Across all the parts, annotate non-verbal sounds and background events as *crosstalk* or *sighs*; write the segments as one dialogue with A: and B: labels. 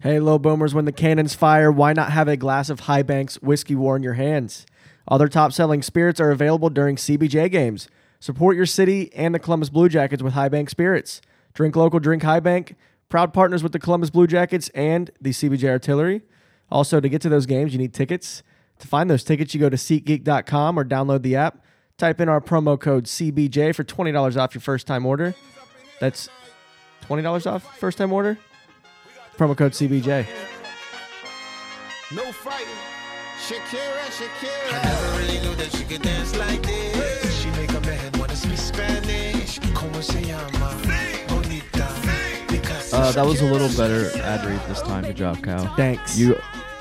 A: Hey, low boomers, when the cannons fire, why not have a glass of High Banks whiskey war in your hands? Other top selling spirits are available during CBJ games. Support your city and the Columbus Blue Jackets with High Bank Spirits. Drink local, drink High Bank. Proud partners with the Columbus Blue Jackets and the CBJ Artillery. Also, to get to those games, you need tickets. To find those tickets, you go to SeatGeek.com or download the app. Type in our promo code CBJ for $20 off your first time order. That's $20 off first time order. Promo code CBJ.
B: No fighting. Shakira,
C: I
B: Shakira.
C: never really knew that she could dance like this. She make a man wanna speak Spanish. Como se llama? Bonita. Because
D: Uh, *laughs* that was a little better ad read this time. Good job, Kyle.
A: Thanks.
D: You,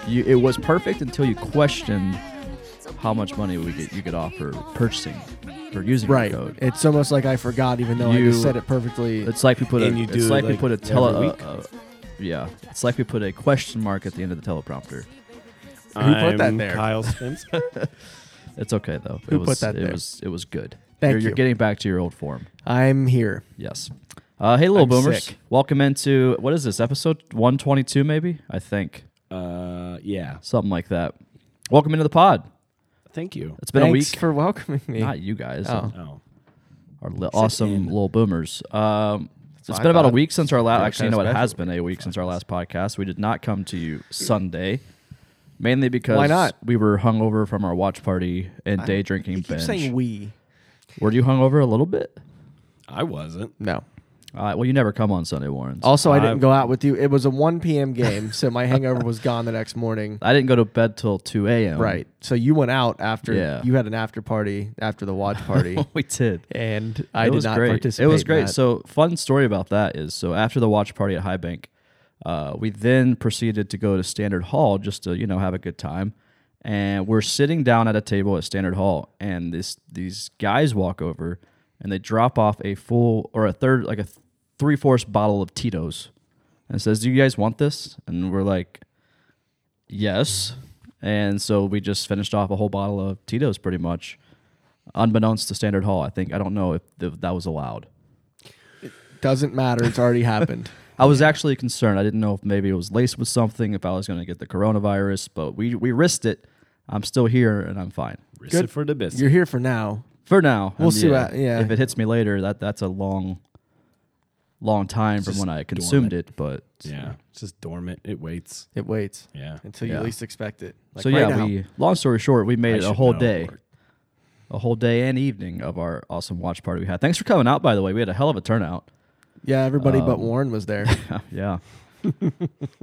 D: you. It was perfect until you questioned how much money we could you could offer purchasing for using
A: right.
D: the code.
A: It's almost like I forgot, even though I
D: You-
A: just said it perfectly.
D: it's like we put a.
E: And you do
D: it's
E: it,
D: like, we
E: like,
D: put a tele.
E: every
D: uh,
E: week?
D: uh, yeah, it's like we put a question mark at the end of the teleprompter.
A: Who put that
E: I'm
A: there?
E: *laughs* Kyle Spencer.
D: It's okay though.
A: Who
D: it
A: put
D: was,
A: that
D: It
A: there?
D: was. It was good.
A: Thank
D: you're,
A: you.
D: You're getting back to your old form.
A: I'm here.
D: Yes. Uh, hey, little
A: I'm
D: boomers.
A: sick.
D: Welcome into what is this episode 122? Maybe I think
E: uh, yeah.
D: something like that. Welcome into the pod.
E: Thank you.
D: It's been
A: Thanks
D: a week.
A: for welcoming me.
D: Not you guys.
A: Oh.
E: Oh,
D: Our li- awesome
E: in.
D: little boomers. Um, it's
A: what I
D: been about a
A: thought.
D: week since our last.
A: Yeah,
D: Actually, you
A: kinda
D: know, it
A: special
D: has been a week since our last podcast. We did not come to you Sunday, mainly because
A: Why not?
D: we were hungover from our watch party and day drinking
A: you keep
D: binge.
A: saying we.
D: were you hungover a little bit?
E: I wasn't.
A: No.
D: Uh, well, you never come on Sunday, Warren.
A: Also, I didn't
E: I've-
A: go out with you. It was a 1 p.m. game, so my hangover was gone the next
D: *laughs*
A: morning.
D: I didn't go to bed till 2 a.m.
A: Right. So you went out after
D: Yeah.
A: you had an after party after the watch
D: *laughs*
A: party,
D: *laughs* we did.
A: and I
D: it
A: did
D: was
A: not
D: great.
A: participate.
D: It was
A: in
D: great.
A: that.
D: So fun story about that is so after the watch party at High Bank, uh, we then proceeded to go to Standard Hall just to you know have a good time, and we're sitting down at a table at Standard Hall, and this these guys walk over, and they drop off a full or a third like a three fourths bottle of Tito's, and says, "Do you guys want this?" And we're like, "Yes." And so we just finished off a whole bottle of Tito's pretty much unbeknownst to Standard Hall. I think I don't know if th- that was allowed.
A: doesn't matter. It's already
D: *laughs*
A: happened.
D: I was actually concerned. I didn't know if maybe it was laced with something, if I was going to get the coronavirus, but we we risked it. I'm still here and I'm fine
E: Risk
A: Good.
E: it for the business.
A: You're here for now.
D: for now.
A: We'll
D: and
A: see what- yeah.
D: If it hits me later, that that's a long, long time from
E: just
D: when I consumed
E: dormant.
D: it. But
E: yeah, it's just dormant. It waits.
A: It waits
E: Yeah.
A: until you
D: Yeah.
A: least expect it. Like
D: so
A: right
D: yeah,
A: now.
D: we. Long story short, we
E: I
D: made it a
E: should
D: whole
E: know.
D: day, a whole day and evening of our awesome watch party we had. Thanks for coming out, by the way. We had a hell of a turnout. *laughs*
A: yeah, everybody
D: um,
A: but Warren was there.
D: yeah,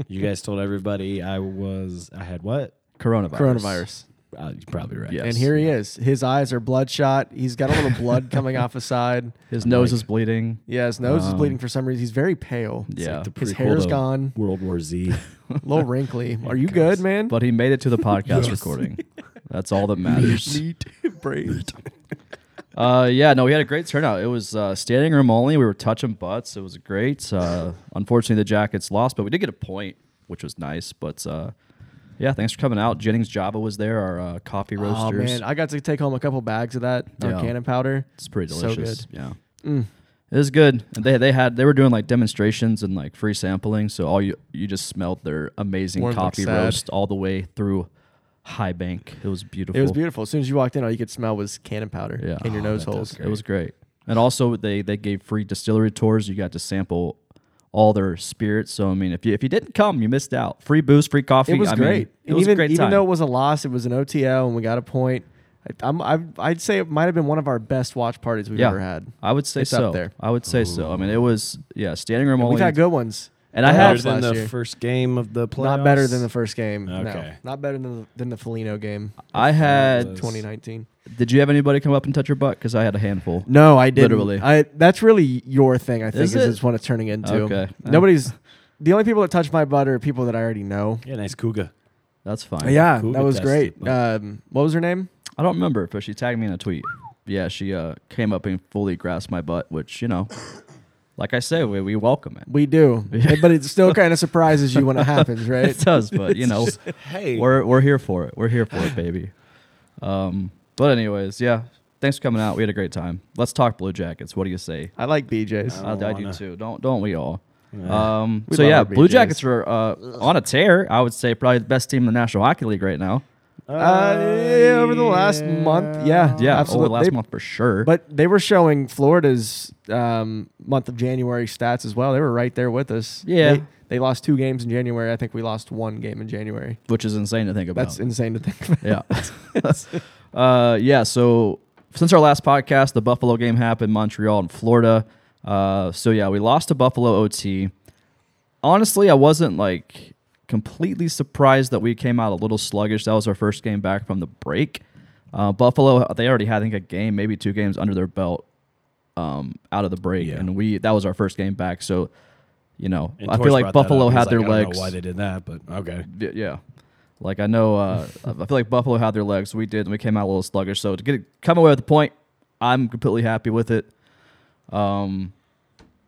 E: You guys told everybody I was. I had what?
D: coronavirus.
A: Coronavirus.
E: Uh, you're probably right.
D: Yes.
A: And here he is. His eyes are bloodshot. He's got a little blood coming off his side.
D: His nose is bleeding.
A: Yeah, his nose is
D: Um,
A: bleeding for some reason. He's very pale.
D: yeah.
E: the
A: His
E: prequel
A: hair's
E: to
A: gone.
D: *laughs*
E: World War Z. *laughs*
A: A little wrinkly. Are you good, man? *laughs*
D: But he made it to the podcast recording. That's all that matters.
A: Brave.
D: Uh, yeah, no, we had a great turnout. It was uh, standing room only. We were touching butts. It was great. Uh, unfortunately, the Jackets lost, but we did get a point, which was nice. But uh, yeah, thanks for coming out. Jennings Java was there, our uh, coffee
A: Oh
D: roasters.
A: man, I got to take home a couple bags of that our
D: Yeah.
A: cannon powder.
D: It's pretty
A: So
D: delicious.
A: good. Mm.
D: Yeah. It was good. And they they had they were doing like demonstrations and like free sampling, so all you you just smelled their amazing
A: Warren looked
D: coffee
A: sad.
D: roast all the way through High Bank. It was beautiful.
A: It was beautiful. As soon as you walked in, all you could smell was cannon powder
D: Yeah.
A: in your
D: Oh,
A: nose
D: that
A: holes.
D: It was great. And also they they gave free distillery tours. You got to sample all their spirits. So I mean, if you if you didn't come, you missed out. Free booze, free coffee.
A: It was
D: I mean,
A: great.
D: it was
A: even,
D: a great
A: even
D: time.
A: though it was a loss, it was an OTL, and we got a point. I, I'm, I, I'd say it might have been one of our best watch parties we've
D: yeah,
A: ever had.
D: I would say
A: It's up
D: so.
A: there.
D: I would say so. I mean, it was yeah, standing room only.
A: We've had good ones.
D: And I
A: Better
D: have
E: Better than
A: last
E: the
A: year.
E: first game of the playoffs.
A: Not better than the first game. No,
E: Okay.
A: not better than the, than the Felino game.
D: I had.
A: 2019.
D: Did you have anybody come up and touch your butt? Because I had a handful.
A: No, I didn't.
D: Literally.
A: I that's really your thing. I think
D: Is
A: is,
D: it?
A: is what it's turning into.
D: Okay.
A: Nobody's. *laughs* The only people that touch my butt are people that I already know.
E: Yeah, nice cougar.
D: That's fine.
A: yeah,
E: Cougar
A: that was
E: tested.
A: great. Um, what was her name?
D: I don't remember, but she tagged me in a tweet. Yeah, she uh, came up and fully grasped my butt, which you know, like I say, we, we welcome it. *laughs*
A: We do, but it still kind of surprises you when it *laughs* happens, right?
D: It does, but you know,
E: Hey,
D: we're we're here for it. We're here for it, baby. Um, but anyways, yeah. Thanks for coming out. We had a great time. Let's talk Blue Jackets. What do you say?
A: I like BJ's.
D: I,
E: don't
D: I do
E: wanna-
D: too. Don't don't we all?
A: Uh,
D: Um, so
A: love
D: yeah,
A: our
D: Blue
A: BJs.
D: Jackets are uh, on a tear. I would say probably the best team in the National Hockey League right now.
A: Uh, yeah, over the last month, yeah,
D: Yeah,
A: absolutely.
D: over last
A: They-
D: month for sure.
A: But they were showing Florida's um, month of January stats as well. They were right there with us.
D: Yeah.
A: They, they lost two games in January. I think we lost one game in January.
D: which is insane to think about.
A: That's insane to think about.
D: *laughs* yeah. uh, yeah. So since our last podcast, the Buffalo game happened, Montreal and Florida. Uh, so yeah, we lost to Buffalo OT. Honestly, I wasn't like completely surprised that we came out a little sluggish. That was our first game back from the break. Uh, Buffalo, they already had I think a game, maybe two games under their belt um, out of the break,
E: Yeah.
D: and we that was our first game back. So you know,
E: And
D: I
E: Torch
D: feel like
E: brought that
D: Buffalo
E: up. He's
D: had their
E: like, I don't
D: legs.
E: know why they did that, but okay.
D: Y- yeah. Like I know, uh, I feel like Buffalo had their legs. We did, and we came out a little sluggish. So to get it, come away with the point, I'm completely happy with it. Um,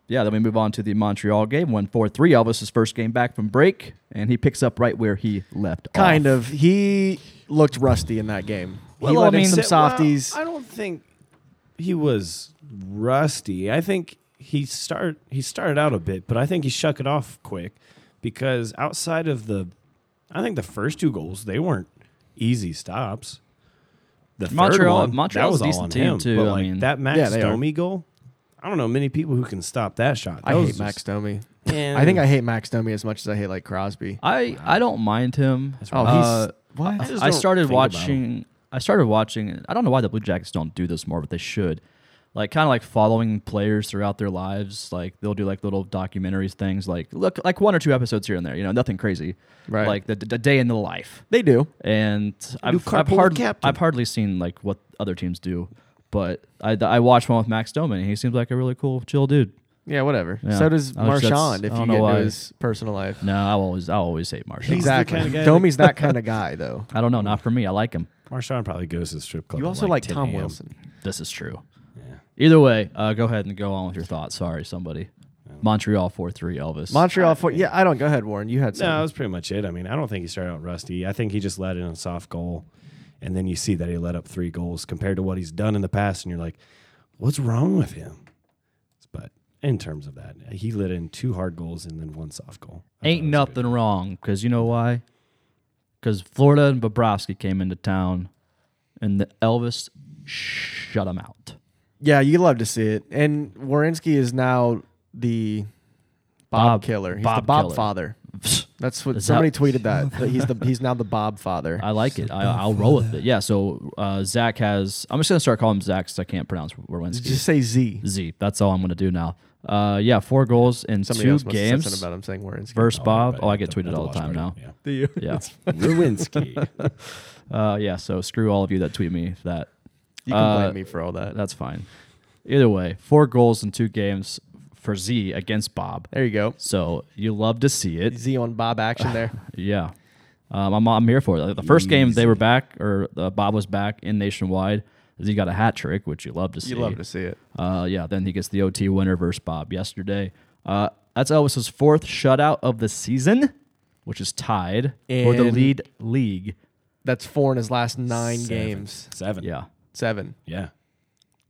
D: yeah. Then we move on to the Montreal game. Won four three. Elvis's first game back from break, and he picks up right where he left.
A: *laughs* Kind
D: off.
A: of. He looked rusty in that game. he
D: Well,
A: let
D: I
A: in
D: mean-
A: some softies.
E: I don't think he was rusty. I think he start he started out a bit, but I think he shuck it off quick because outside of the, I think the first two goals they weren't easy stops. The third
D: Montreal-
E: one,
D: Montreal's
E: that was
D: a
E: all
D: decent
E: on
D: team,
E: him,
D: too.
E: But
D: I
E: like
D: mean-
E: that Max
A: Yeah, they are.
E: Domi goal, I don't know many people who can stop that shot.
A: I
E: That
A: hate
E: was
A: Max
E: just-
A: Domi.
E: Man.
A: I think I hate Max Domi as much as I hate like Crosby.
D: I I don't mind him. Uh,
A: Oh, he's what?
E: just
D: I
E: don't
D: started
E: think about him.
D: watching. I started watching. I don't know why the Blue Jackets don't do this more, but they should. Like kind of like following players throughout their lives. Like they'll do like little documentaries, things like look like one or two episodes here and there. You know, nothing crazy.
A: Right.
D: Like the, the day in the life.
A: they do.
D: And I've,
E: carpool
D: I've,
E: with
D: hard,
E: captain.
D: I've hardly seen like what other teams do, but I, I watched one with Max Doman. And he seems like a really cool, chill dude.
A: Yeah, whatever.
D: Yeah.
A: So does
D: I was- that's-
A: Marchand
D: I
A: if
D: don't
A: you
D: know
A: get into
D: why.
A: his personal life.
D: No, I always I always hate Marshall.
E: He's the
A: exactly.
E: kinda guy that-
A: Domi's that kind of guy
D: *laughs*
A: though.
D: I don't know, not for me. I like him.
E: Marshawn probably goes to the strip club.
A: You
E: at,
A: also like
E: 10
A: Tom
E: a.m..
A: Wilson.
D: This is true. Either way, uh, go ahead and go on with your thoughts. Sorry, somebody. Montreal 4 3, Elvis.
A: Montreal for yeah, I don't go ahead, Warren. You had some.
E: No, that was pretty much it. I mean, I don't think he started out rusty. I think he just let in a soft goal, and then you see that he let up three goals compared to what he's done in the past, and you're like, what's wrong with him? But in terms of that, he let in two hard goals and then one soft goal. I
D: Ain't
E: thought it was
D: nothing wrong because you know why? Because Florida and Bobrovsky came into town and the Elvis shut him out.
A: Yeah, you love to see it. And Warinsky is now the Bob,
D: Bob-
A: killer. He's the
D: Bob
A: Bob
D: killer.
A: father. That's what
D: Is
A: somebody
D: that- Uh,
A: tweeted
D: *laughs*
A: that. that he's the he's now the Bob father.
D: I like it. I, I'll roll with it. Yeah, so uh, Zach has. I'm just going to start calling him Zach because I can't pronounce Wednesday.
A: Just say Z.
D: Z. That's all I'm going to do now. Uh, yeah, four goals in
A: Somebody
D: two
A: else must have said
D: games
A: something about him saying Warinsky.
D: versus Bob.
E: good.
D: Oh, I get
E: At the-
D: tweeted
E: at
D: all the
E: watch
D: time now.
E: party,
A: Do *laughs* you?
D: *laughs* Yeah.
E: Yeah. *laughs* Lewinsky.
D: Uh, yeah, so screw all of you that tweet me that.
A: You can
D: Uh,
A: blame me for all that.
D: That's fine. Either way, four goals in two games for Z against Bob.
A: There you go.
D: So you love to see it.
A: Z on Bob action
D: *laughs*
A: there.
D: Yeah. Um, I'm, I'm here for it. The first game they were back, or uh, Bob was back in Nationwide. Z got a hat trick, which you love to see.
A: You love to see it.
D: Uh, yeah, then he gets the OT winner versus Bob yesterday. Uh, that's Elvis's fourth shutout of the season, which is tied for the
A: And-
D: lead league.
A: That's four in his last nine
E: Seven.
A: games.
E: Seven.
D: Yeah.
A: Seven.
E: Yeah.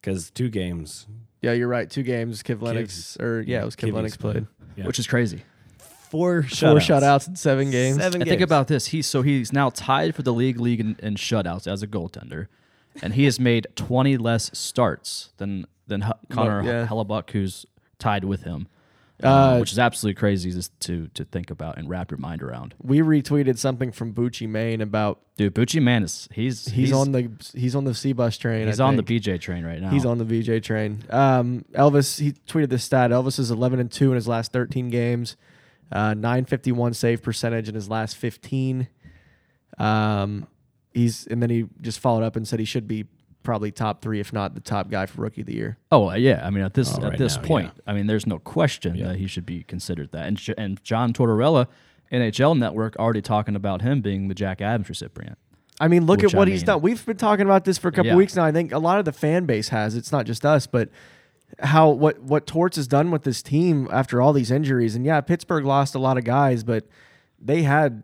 E: Because two games.
A: Yeah, you're right. Two games. Kiv Lennox or yeah, it was Kiv,
E: Kiv
A: Lennox
E: played.
A: played.
E: Yeah.
D: Which is crazy.
E: Four shutouts.
A: Four shutouts in seven games.
E: Seven
D: And
E: games.
D: think about this. He's so he's now tied for the league league in, in shutouts as a goaltender, and he has made 20 less starts than than H- Connor
A: yeah.
D: Hellebuck, who's tied with him, uh,
A: Uh,
D: which is absolutely crazy just to to think about and wrap your mind around.
A: We retweeted something from Bucci Maine about
D: Dude, Bucci Man is he's
A: He's, on the he's on the C bus train.
D: he's
A: I
D: on the
A: think.
D: BJ train right now.
A: He's on the VJ train. Um, Elvis he tweeted this stat. Elvis is 11 and two in his last 13 games, uh, 951 save percentage in his last 15. Um, he's and then he just followed up and said he should be probably top three, if not the top guy for rookie of the year.
D: Oh uh, yeah, I mean at this
E: Oh,
D: at
E: right
D: this
E: now,
D: point, I mean there's no question that he should be considered that. And J- and John Tortorella, NHL Network, already talking about him being the Jack Adams recipient.
A: I mean, look
D: Which
A: at what
D: I
A: he's
D: mean-
A: done. We've been talking about this for a couple
D: Yeah.
A: weeks now. I think a lot of the fan base has. It's not just us, but how what what Torts has done with this team after all these injuries. And yeah, Pittsburgh lost a lot of guys, but they had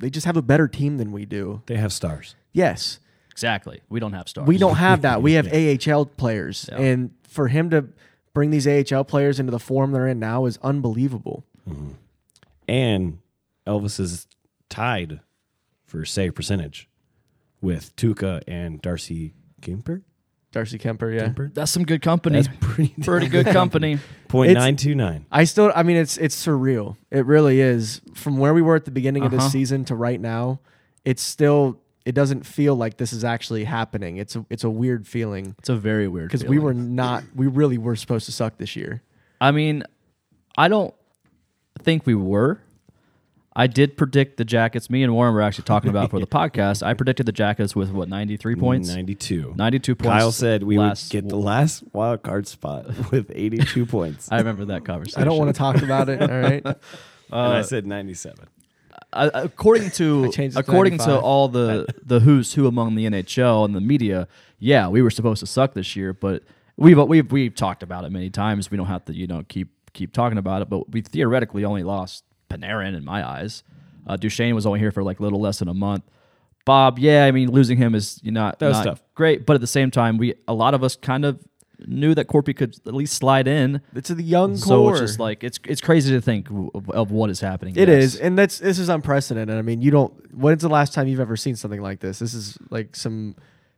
A: they just have a better team than we do.
E: They have stars.
A: Yes.
D: Exactly. We don't have stars. *laughs*
A: We don't have that. We have AHL players. And for him to bring these AHL players into the form they're in now is unbelievable.
E: And Elvis is tied for save percentage with Tuca and Darcy Gimper.
A: Darcy Kemper, yeah.
E: Kemper?
D: That's some good company.
E: That's *laughs* pretty
D: *laughs* Pretty good company.
E: Point
A: It's-
E: nine two nine.
A: I still, I mean, it's it's surreal. It really is. From where we were at the beginning of
D: Uh-huh.
A: this season to right now, it's still. It doesn't feel like this is actually happening. It's a it's a weird feeling
D: It's a very weird
A: because we were not. We really were supposed to suck this year.
D: I mean, I don't think we were. I did predict the Jackets. Me and Warren were actually talking about for the podcast. I predicted the Jackets with what ninety three points,
E: Ninety two.
D: 92 points.
E: Kyle said we would
D: last-
E: get the last wild card spot *laughs* with eighty
D: *laughs*
E: two points.
D: I remember that conversation.
A: I don't want to talk about it. All
D: *laughs*
A: right,
E: and I said ninety seven.
D: uh, according to
A: changed it to
D: according to
A: 95.
D: all the the who's who among the NHL and the media, yeah, we were supposed to suck this year, but we've we've we've talked about it many times. We don't have to you know keep keep talking about it, but we theoretically only lost Panarin in my eyes. Uh, Duchesne was only here for like a little less than a month. Bob, yeah, I mean losing him is you know, not
E: That was
D: not
E: tough.
D: great, but at the same time, we a lot of us kind of knew that Corpy could at least slide in.
A: it's the young
D: So
A: core.
D: it's just like it's it's crazy to think w- of, of what is happening.
A: It
D: next.
A: is, and that's this is unprecedented. I mean, you don't. When's the last time you've ever seen something like this? This is like some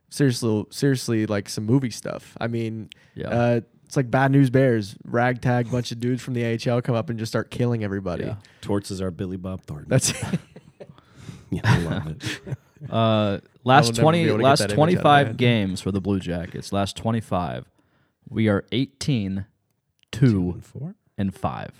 A: seriously, seriously, like some movie stuff. I mean,
D: Yeah.
A: uh, it's like Bad News Bears, ragtag bunch of dudes from the AHL come up and just start killing everybody.
D: Yeah.
E: Torts is our Billy Bob Thornton.
A: That's
E: *laughs* yeah, I love
D: *laughs*
E: it.
D: Uh, last
A: never be
D: twenty,
A: able to get
D: last
A: that image out of
D: twenty
A: my
D: five
A: head.
D: games for the Blue Jackets. Last twenty five, we are 18, 2,
E: Four.
D: and five.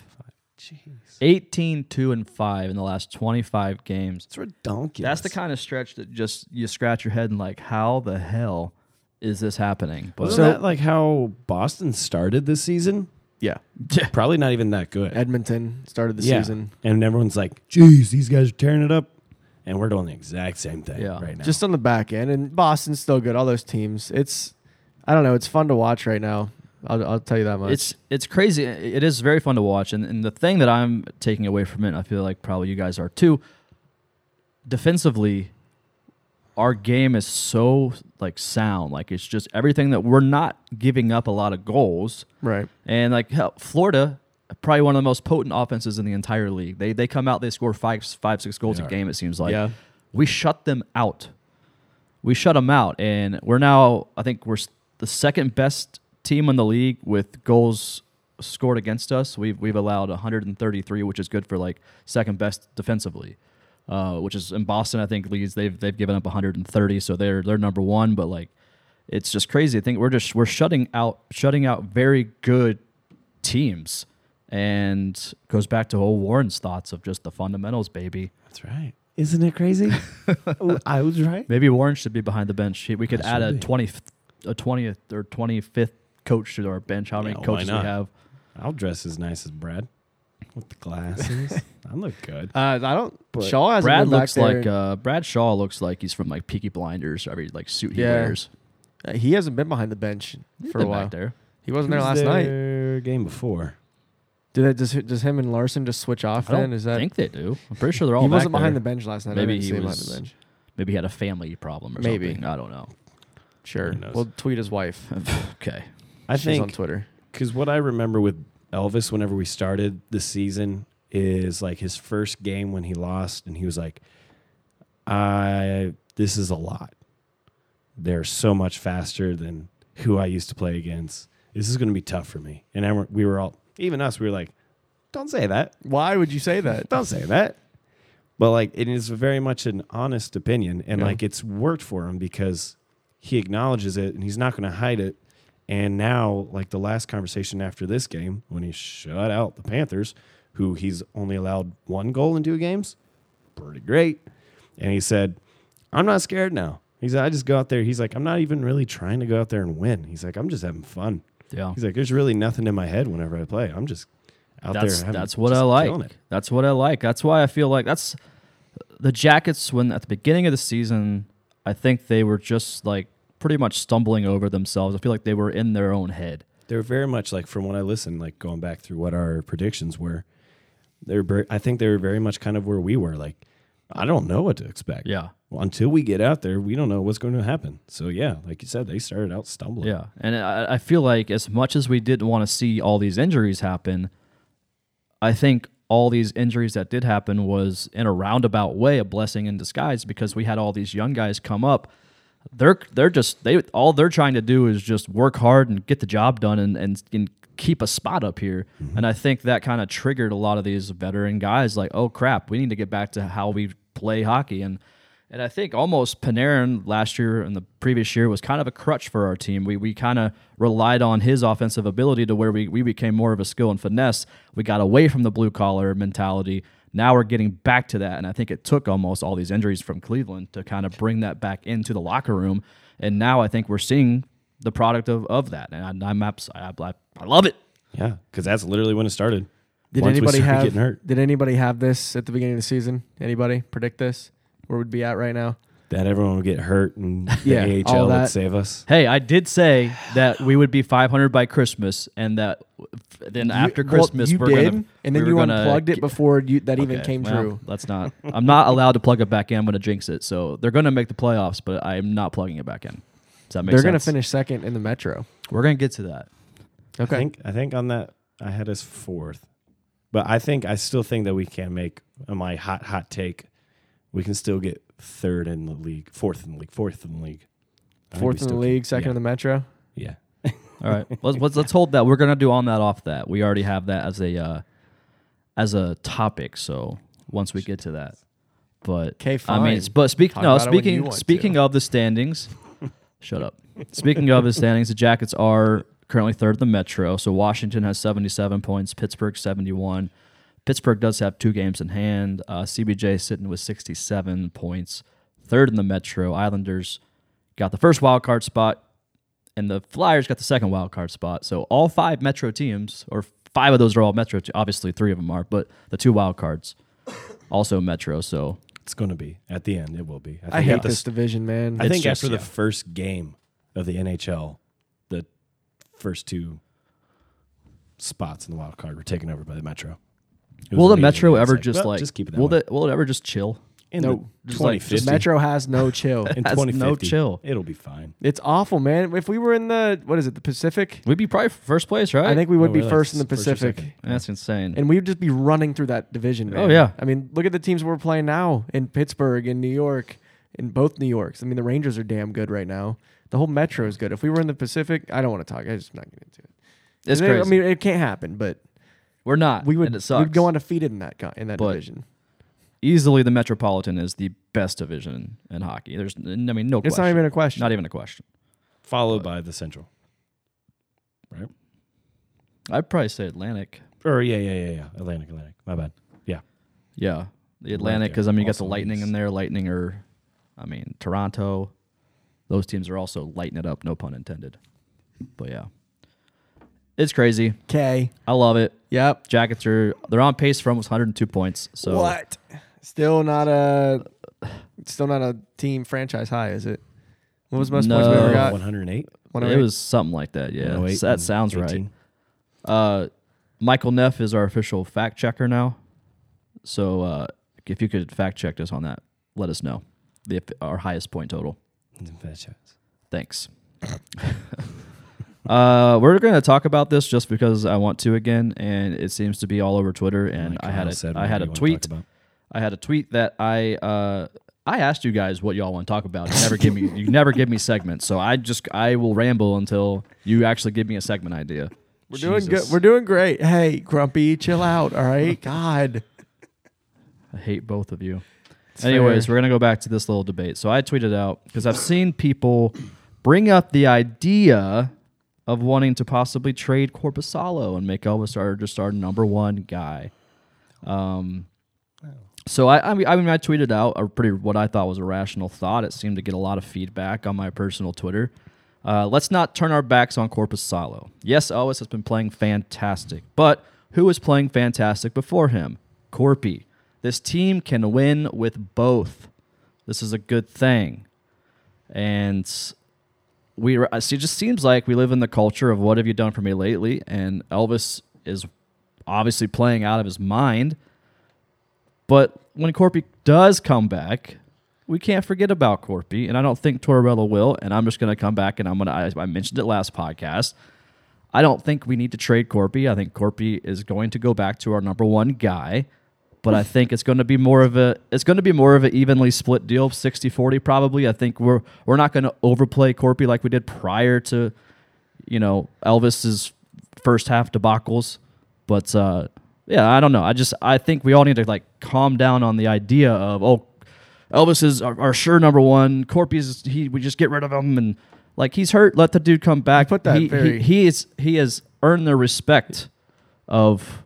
E: Jeez,
D: 18, 2, and five in the last twenty five games.
E: it's ridiculous.
D: That's the kind of stretch that just you scratch your head and like, how the hell is this happening? But
E: Wasn't that like how Boston started this season?
A: yeah.
E: Probably not even that good.
A: Edmonton started the season.
E: And everyone's like, "Jeez, these guys are tearing it up," and we're doing the exact same thing
D: Yeah.
E: right now.
A: Just on the back end, and Boston's still good. All those teams. It's, I don't know. It's fun to watch right now. I'll, I'll tell you that much.
D: it's it's crazy. It is very fun to watch, and, and the thing that I'm taking away from it, and I feel like probably you guys are too. Defensively, our game is so like sound. Like it's just everything that we're not giving up a lot of goals,
A: right.
D: and like hell, Florida, probably one of the most potent offenses in the entire league. They they come out, they score five five six goals
E: Yeah.
D: a game. It seems like
A: Yeah.
D: we shut them out. We shut them out, and we're now I think we're s- the second best team in the league with goals scored against us. We've we've allowed 133, which is good for like second best defensively. Uh, which is in Boston, I think leads they've they've given up 130, so they're they're number one. But like, it's just crazy. I think we're just we're shutting out shutting out very good teams, and goes back to old Warren's thoughts of just the fundamentals, baby.
E: That's right. Isn't it crazy?
A: *laughs*
E: I was right.
D: Maybe Warren should be behind the bench. He- We could add a
E: should be.
D: twenty, a twentieth or twenty fifth coach to our bench. How many
E: Yeah, why
D: coaches we
E: not?
D: have?
E: I'll dress as nice as Brad with the
A: *laughs*
E: glasses. I look good.
A: Uh, I don't. Shaw hasn't
D: Brad
A: been back
D: looks
A: there.
D: like uh, Brad Shaw looks like he's from like Peaky Blinders. Every like suit he
A: Yeah.
D: wears.
A: Uh, He hasn't been behind the bench
D: He's
A: for a
D: been
A: while.
D: back there.
A: He wasn't there last night.
E: night. Game before.
A: Did that, does does him and Larson just switch off?
D: I don't
A: then is that
D: think they do. I'm pretty sure they're all.
A: he
D: back
A: wasn't behind the
D: there.
A: bench last night?
D: Maybe
A: I didn't
D: he
A: see him
D: was-
A: behind the bench.
D: Maybe he had a family problem or
A: Maybe.
D: something. I don't know.
A: Sure.
E: Who knows?
A: We'll tweet his wife.
D: okay.
E: I
A: She's on
E: think
A: Twitter.
E: because what I remember with Elvis whenever we started the season is like his first game when he lost, and he was like, "I this is a lot. They're so much faster than who I used to play against. This is going to be tough for me." And I, we were all, even us, we were like, "Don't say that.
A: Why would you say that?
E: Don't say that." But like, it is very much an honest opinion, and
A: Yeah.
E: like it's worked for him because he acknowledges it and he's not going to hide it. And now, like the last conversation after this game, when he shut out the Panthers, who he's only allowed one goal in two games, pretty great. And he said, I'm not scared now. He said, I just go out there. He's like, I'm not even really trying to go out there and win. He's like, I'm just having fun.
D: Yeah.
E: He's like, there's really nothing in my head whenever I play. I'm just out
D: that's
E: there. having-
D: that's what
E: just
D: I
E: killing
D: like.
E: it."
D: That's what I like. That's why I feel like that's the Jackets when at the beginning of the season, I think they were just like pretty much stumbling over themselves. I feel like they were in their own head.
E: They're very much like, from what I listened, like going back through what our predictions were. They're, ver- I think they were very much kind of where we were. Like, I don't know what to expect.
D: Yeah.
E: Well, until we get out there, we don't know what's going to happen. So yeah, like you said, they started out stumbling.
D: Yeah, and I, I feel like as much as we didn't want to see all these injuries happen, I think all these injuries that did happen was in a roundabout way a blessing in disguise because we had all these young guys come up. They're they're just they all they're trying to do is just work hard and get the job done and and, and keep a spot up here. And I think that kind of triggered a lot of these veteran guys like, oh crap, we need to get back to how we play hockey and. And I think almost Panarin last year and the previous year was kind of a crutch for our team. We, we kind of relied on his offensive ability to where we, we became more of a skill and finesse. We got away from the blue collar mentality. Now we're getting back to that. And I think it took almost all these injuries from Cleveland to kind of bring that back into the locker room. And now I think we're seeing the product of, of that. And I, I'm abs- I, I, I love it.
E: Yeah, because that's literally when it started.
A: Did
E: Once we
A: anybody
E: started
A: have
E: getting hurt?
A: Did anybody have this at the beginning of the season? Anybody predict this? Where we'd be at right now?
E: That everyone would get
A: *laughs*
E: hurt and the
A: Yeah, all
E: AHL would
A: that.
E: save us.
D: Hey, I did say that we would be 500 by Christmas, and that then after
A: You- well,
D: Christmas
A: you
D: we're
A: did,
D: gonna
A: and then
D: we were
A: you
D: gonna
A: unplugged
D: get-
A: it before you, that even
D: Okay,
A: came
D: well,
A: true.
D: Let's not. I'm not allowed to plug it back in. I'm going to jinx it. So they're going to make the playoffs, but I'm not plugging it back in. Does that make
A: They're
D: sense?
A: gonna finish second in the Metro.
D: We're going to get to that.
A: Okay,
E: I think I think on that I had us fourth, but I think I still think that we can make uh, my hot hot take. We can still get third in the league, fourth in the league, fourth in the league, I think we
A: fourth in the
E: still
A: league,
E: can.
A: second
E: yeah.
A: in the Metro.
E: Yeah,
D: All right. Let's let's, let's hold that. We're going to do on that off that. We already have that as a uh, as a topic. So once we get to that, but
A: Okay,
D: I mean,
A: fine.
D: it's- but speak,
A: Talk
D: no,
A: about it when you
D: speaking
A: want
D: speaking
A: to.
D: of the standings, *laughs* shut up. Speaking of the standings, the Jackets are currently third in the Metro. So Washington has 77 points, Pittsburgh 71. Pittsburgh does have two games in hand. Uh, CBJ sitting with 67 points, third in the Metro. Islanders got the first wild card spot, and the Flyers got the second wild card spot. So all five Metro teams, or five of those are all Metro. Te- obviously, three of them are, but the two wild cards also Metro. So
E: it's going to be at the end. It will be. think
A: I hate
E: at the
A: this division, man.
E: I think
D: just-
E: after the
D: yeah.
E: first game of the NHL, the first two spots in the wild card were taken over by the Metro. It was
D: will the
E: amazing.
D: Metro
E: It's
D: ever
E: like,
D: just
E: well,
D: like
E: just keep it that
D: will
E: way.
D: the- will it ever just chill?
E: in
A: No,
E: the
D: just like-
E: 2050,
D: just
A: Metro has
E: *laughs*
A: no chill.
E: in
D: has no
E: 2050,
D: chill.
E: It'll be fine.
A: it's awful, man. If we were in the what is it, the Pacific?
D: We'd be probably first place, right?
A: I think we would
E: No,
A: be
E: we're like
A: first in the
E: first or
A: Pacific,
E: second.
D: that's insane.
A: and we'd just be running through that division. Man.
D: Oh, yeah.
A: I mean, look at the teams we're playing now in Pittsburgh, in New York, in both New Yorks. I mean, the Rangers are damn good right now. The whole Metro is good. If we were in the Pacific, I don't want to talk. I'm just not getting into it.
D: it's
A: They-
D: crazy.
A: I mean, it can't happen, but
D: we're not.
A: we would
D: And it sucks.
A: we'd go undefeated in that co- in that
D: But-
A: division.
D: Easily, the Metropolitan is the best division in hockey. There's, I mean, no.
A: It's
D: question.
A: not even a question.
D: Not even a question.
E: Followed by the Central. Right?
D: I'd probably say Atlantic.
E: Or yeah, yeah, yeah, yeah. Atlantic, Atlantic. My bad. Yeah.
D: Yeah, the Atlantic because I mean you got the
E: also
D: Lightning
E: means-
D: in there. Lightning or, I mean Toronto, those teams are also lighting it up. No pun intended. But yeah, it's crazy.
A: Okay.
D: I love it.
A: Yep.
D: Jackets are they're on pace for almost 102 points. So
A: What? Still not a still not a team franchise high, is it? What was the most points we
D: No.
A: ever got?
E: 108.
D: it was something like that. Yeah,
E: 108,
D: that sounds right.
E: 18.
D: Uh, Michael Neff is our official fact checker now. So uh, if you could fact check us on that, let us know the our highest point total. Thanks. *laughs* uh, we're going to talk about this just because I want to again, and it seems to be all over Twitter. And
E: Like
D: I had
E: Kyle
D: a,
E: said,
D: I
E: whatever
D: had a
E: you wanna
D: tweet.
E: talk about.
D: I had a tweet that I uh, I asked you guys what y'all want to talk about. You never give me you never give me segments, so I just I will ramble until you actually give me a segment idea.
A: We're doing good. We're doing great. Hey, Grumpy, chill out. All right. God.
D: I hate both of you. Anyways,
A: fair.
D: we're gonna go back to this little debate. So I tweeted out because I've seen people bring up the idea of wanting to possibly trade Corpusalo and make Elvis our just our number one guy. Um, so I, I mean, I mean, I tweeted out a pretty what I thought was a rational thought. It seemed to get a lot of feedback on my personal Twitter. Uh, let's not turn our backs on Corpus Salo. Yes, Elvis has been playing fantastic, but who was playing fantastic before him? Corpy. This team can win with both. This is a good thing, and we uh, it just seems like we live in the culture of what have you done for me lately, and Elvis is obviously playing out of his mind. But when Corpy does come back, we can't forget about Corpy, and I don't think Tortorella will. And I'm just going to come back, and I'm going to. I mentioned it last podcast. I don't think we need to trade Corpy. I think Corpy is going to go back to our number one guy, but I think it's going to be more of a it's going to be more of an evenly split deal, 60-40 probably. I think we're we're not going to overplay Corpy like we did prior to you know Elvis's first half debacles, but uh, yeah, I don't know. I just I think we all need to like calm down on the idea of oh, Elvis is our, our sure number one. Corpy's he we just get rid of him and like he's hurt. Let the dude come back.
A: put that
D: he,
A: very-
D: he, he is he has earned the respect of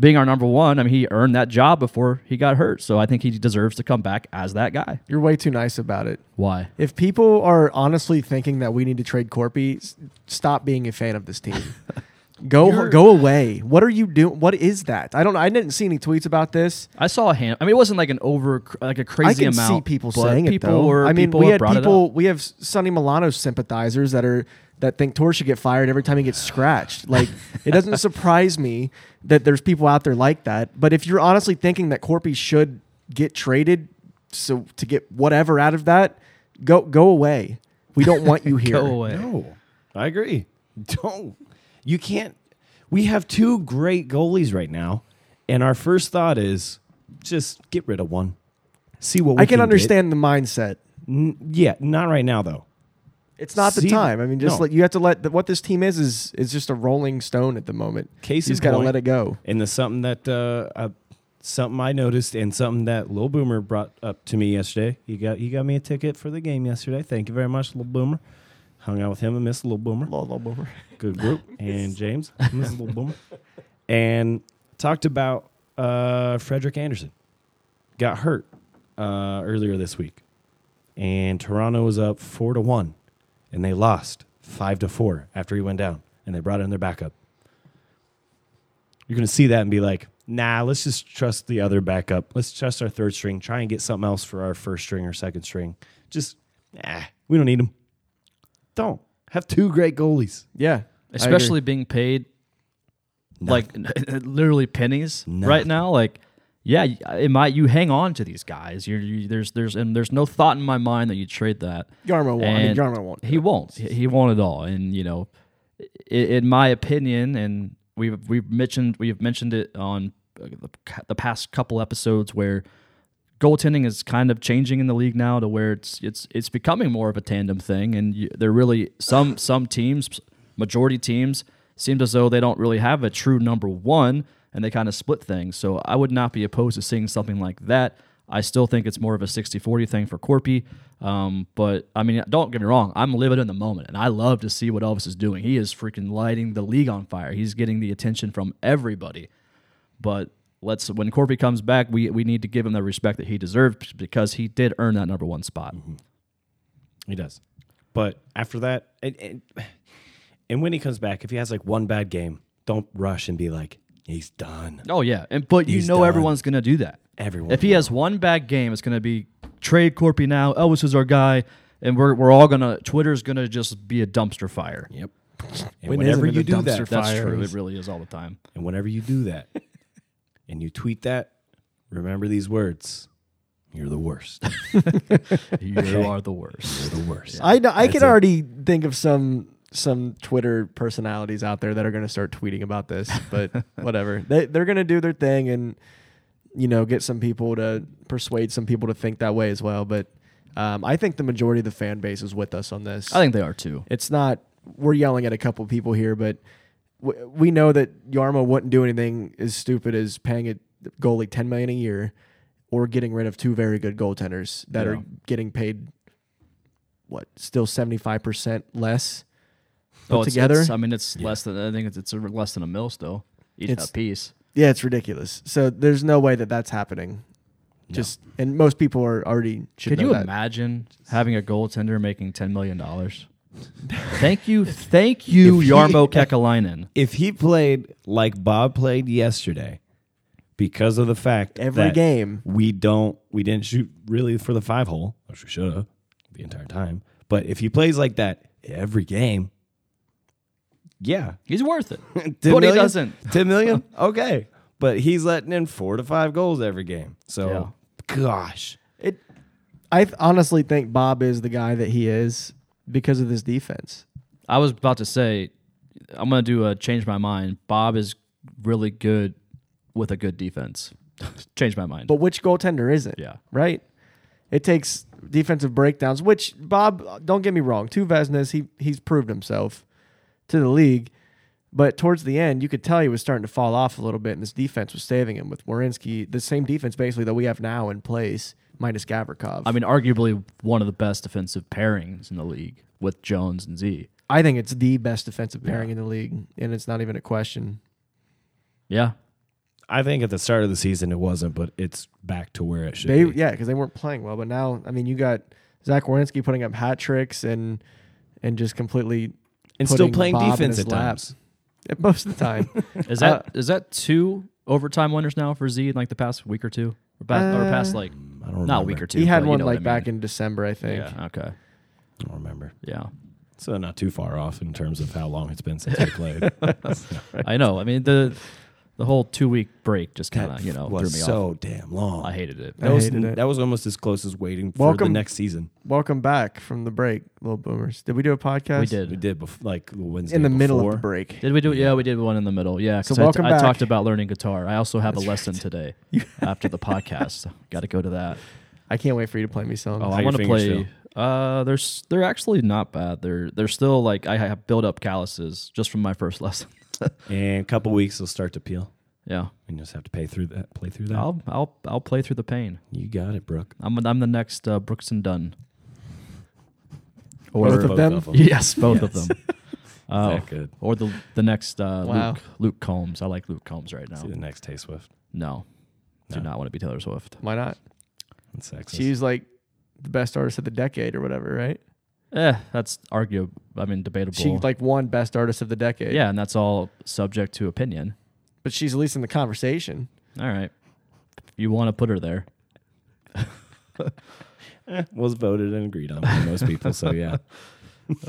D: being our number one. I mean, he earned that job before he got hurt, so I think he deserves to come back as that guy.
A: You're way too nice about it.
D: Why?
A: If people are honestly thinking that we need to trade Corpy, s- stop being a fan of this team. go go away. What are you doing? What is that? I don't. I didn't see any tweets about this.
D: I saw a hand. I mean, it wasn't like an over like a crazy
A: I can
D: amount.
A: see people
D: but
A: saying
D: people
A: it though.
D: Were,
A: I mean,
D: people
A: we
D: have
A: had
D: brought it up.
A: people. We have Sonny Milano sympathizers that are that think Tor should get fired every time he gets scratched.
D: *laughs*
A: Like it doesn't surprise me that there's people out there like that. But if you're honestly thinking that Corpy should get traded, so to get whatever out of that, go go away. We don't want you here.
D: *laughs* Go away.
E: No, I agree. *laughs* Don't. You can't. We have two great goalies right now, and our first thought is just get rid of one. See what we
A: I can
E: get.
A: understand the mindset.
E: N- yeah, not right now though.
A: It's not the
E: See,
A: time. I mean, just
E: no.
A: let, you have to let the, what this team is is is just a rolling stone at the moment.
E: Case
A: you
E: in
A: just gotta
E: point.
A: let it go.
E: And the something that uh, uh, something I noticed, and something that Lil Boomer brought up to me yesterday. He got he got me a ticket for the game yesterday. Thank you very much, Lil Boomer. Hung out with him and Miss Lil Boomer. good group. And James, Miss Lil Boomer, and talked about uh, Frederick Anderson got hurt uh, earlier this week, and Toronto was up four to one, and they lost five to four after he went down, and they brought in their backup. You're gonna see that and be like, nah, let's just trust the other backup. Let's trust our third string. Try and get something else for our first string or second string. Just, nah, we don't need them. Don't have two great goalies.
A: Yeah, I agree.
D: especially being paid like *laughs* literally pennies right now like yeah y- it might you hang on to these guys you're, you there's there's and there's no thought in my mind that you trade that
A: Yarmo won't. I mean,
D: And
A: Yarmo won't.
D: he won't he he won't at all and you know i in my opinion and we've we've mentioned we've mentioned it on uh, the, the past couple episodes where goaltending is kind of changing in the league now to where it's it's it's becoming more of a tandem thing, and you, they're really some *sighs* some teams, majority teams, seems as though they don't really have a true number one, and they kind of split things. So I would not be opposed to seeing something like that. I still think it's more of a 60-40 thing for Corpy, um, but I mean, don't get me wrong. I'm living in the moment, and I love to see what Elvis is doing. He is freaking lighting the league on fire. He's getting the attention from everybody but let's when Corby comes back, we we need to give him the respect that he deserved because he did earn that number one spot.
A: Mm-hmm.
E: He does. But after that, and, and, and when he comes back, if he has like one bad game, don't rush and be like, he's done.
D: Oh yeah, and but you
E: He's
D: know
E: done.
D: everyone's gonna do that.
E: Everyone.
D: If he has one bad game, it's gonna be trade Corpy now. Elvis is our guy, and we're we're all gonna Twitter's gonna just be a dumpster fire.
E: Yep. And
A: When
E: whenever
A: isn't it
E: you
A: a
E: do
A: dumpster
E: that,
D: That's
A: Fire
D: true. It
A: is-
D: really is all the
A: *laughs*
D: time.
E: and whenever you do that, and you tweet that, remember these words. You're the
A: *laughs*
E: worst.
D: You are the worst.
E: You're the worst.
A: I know, I can
E: it.
A: already think of some some Twitter personalities out there that are going to start tweeting about this,
D: *laughs*
A: but whatever. They they're going to do their thing and you know get some people to persuade some people to think that way as well. But um, I think the majority of the fan base is with us on this.
D: I think they are too.
A: it's not we're yelling at a couple people here, but w- we know that Yarmo wouldn't do anything as stupid as paying a goalie ten million a year or getting rid of two very good goaltenders that
D: Yeah.
A: are getting paid what still seventy five percent less. Put
D: it's-
A: together?
D: it's- I mean, it's less than I think it's, it's less than a mill still. Each
A: It's-
D: a piece.
A: Yeah, it's ridiculous. So there's no way that that's happening. Just and most people are already should
D: Could
A: know
D: you
A: that.
D: imagine having a goaltender making ten
A: *laughs*
D: million dollars? thank you, thank you, Yarmo Kekalainen.
E: if he played like Bob played yesterday, because of the fact
A: Every
E: that
A: game.
E: we don't we didn't shoot really for the five hole, which we should have the entire time. But if he plays like that every game, yeah,
D: He's worth it,
E: 10 *laughs*
D: but he
E: million?
D: doesn't.
E: *laughs*
D: *laughs*
E: Ten million, okay. but he's letting in four to five goals every game. So, gosh,
A: It, I th- honestly think Bob is the guy that he is because of this defense.
D: I was about to say, I'm gonna do a change my mind. Bob is really good with a good defense. *laughs* change my mind.
A: But which goaltender isn't?
D: Yeah.
A: Right? It takes defensive breakdowns, which Bob, don't get me wrong, to Vesnes, he he's proved himself to the league. But towards the end, you could tell he was starting to fall off a little bit, and this defense was saving him with Warinsky, the same defense basically that we have now in place, minus Gavrikov.
D: I mean, arguably one of the best defensive pairings in the league with Jones and Z.
A: I think it's the best defensive pairing in the league, and it's not even a question.
D: Yeah,
E: I think at the start of the season it wasn't, but it's back to where it should
A: They
E: be.
A: yeah, because they weren't playing well, but now I mean, you got Zach Warinsky putting up hat tricks and and just completely *laughs*
E: and still
A: putting
E: playing
A: Bob in
E: defense
A: his
E: at
A: lap.
E: times.
A: most of the time.
D: is
A: Uh,
D: that is that two overtime winners now for Z in like the past week or two, or, ba- or
A: Uh,
D: past like
E: Mm, I don't remember.
D: not week or two.
A: he had
D: but you
A: one
D: know
A: like
D: what I
A: back
D: mean.
A: in December, I think.
D: Yeah. Okay.
E: I don't remember.
D: Yeah.
E: So not too far off in terms of how long it's been since we
D: *laughs*
E: played.
D: I know. I mean the the whole two week break just kind of
E: That
D: you know threw me
E: was
D: off.
E: so damn long.
D: I hated it.
E: That was,
A: hated it.
E: that was almost as close as waiting for
A: Welcome-
E: the next season.
A: Welcome back from the break, little boomers. Did we do a podcast?
D: We did.
E: We did bef- like Wednesday
A: in the middle of
E: before.
A: the break.
D: Did we do it? Yeah, we did one in the middle. Yeah, because
A: So welcome
D: I, I talked
A: back.
D: about learning guitar. I also have a lesson today after
E: *laughs*
D: the podcast. Got to go to that.
A: I can't wait for you to play me songs.
D: Oh,
E: How
D: I
E: your
D: want to
E: fingers
D: play. Uh, they're s- they're actually not bad. They're they're still like I have built up calluses just from my first *laughs* lesson.
E: And a couple weeks will start to peel.
D: yeah,
E: And you just have to pay through that, play through that.
D: I'll I'll I'll play through the pain.
E: you got it, Brooke.
D: I'm I'm the next uh, Brooks and Dunn.
A: Both of them?
D: *laughs* Yes, both of
E: *laughs*
D: them. Oh,
E: that good?
D: or the the next uh,
A: Wow.
D: Luke Luke Combs. I like Luke Combs right now.
E: See the next Tay Swift.
D: No, do
E: No.
D: not want to be Taylor Swift.
A: Why not?
E: That's sexist.
A: She's like the best artist of the decade or whatever, right?
D: Eh, that's arguable. I mean, debatable.
A: She like won best artist of the decade.
D: yeah, and that's all subject to opinion.
A: But she's at least in the conversation.
D: All right, you want to put her there?
E: *laughs* was voted and agreed on by most people. So yeah,
A: *laughs*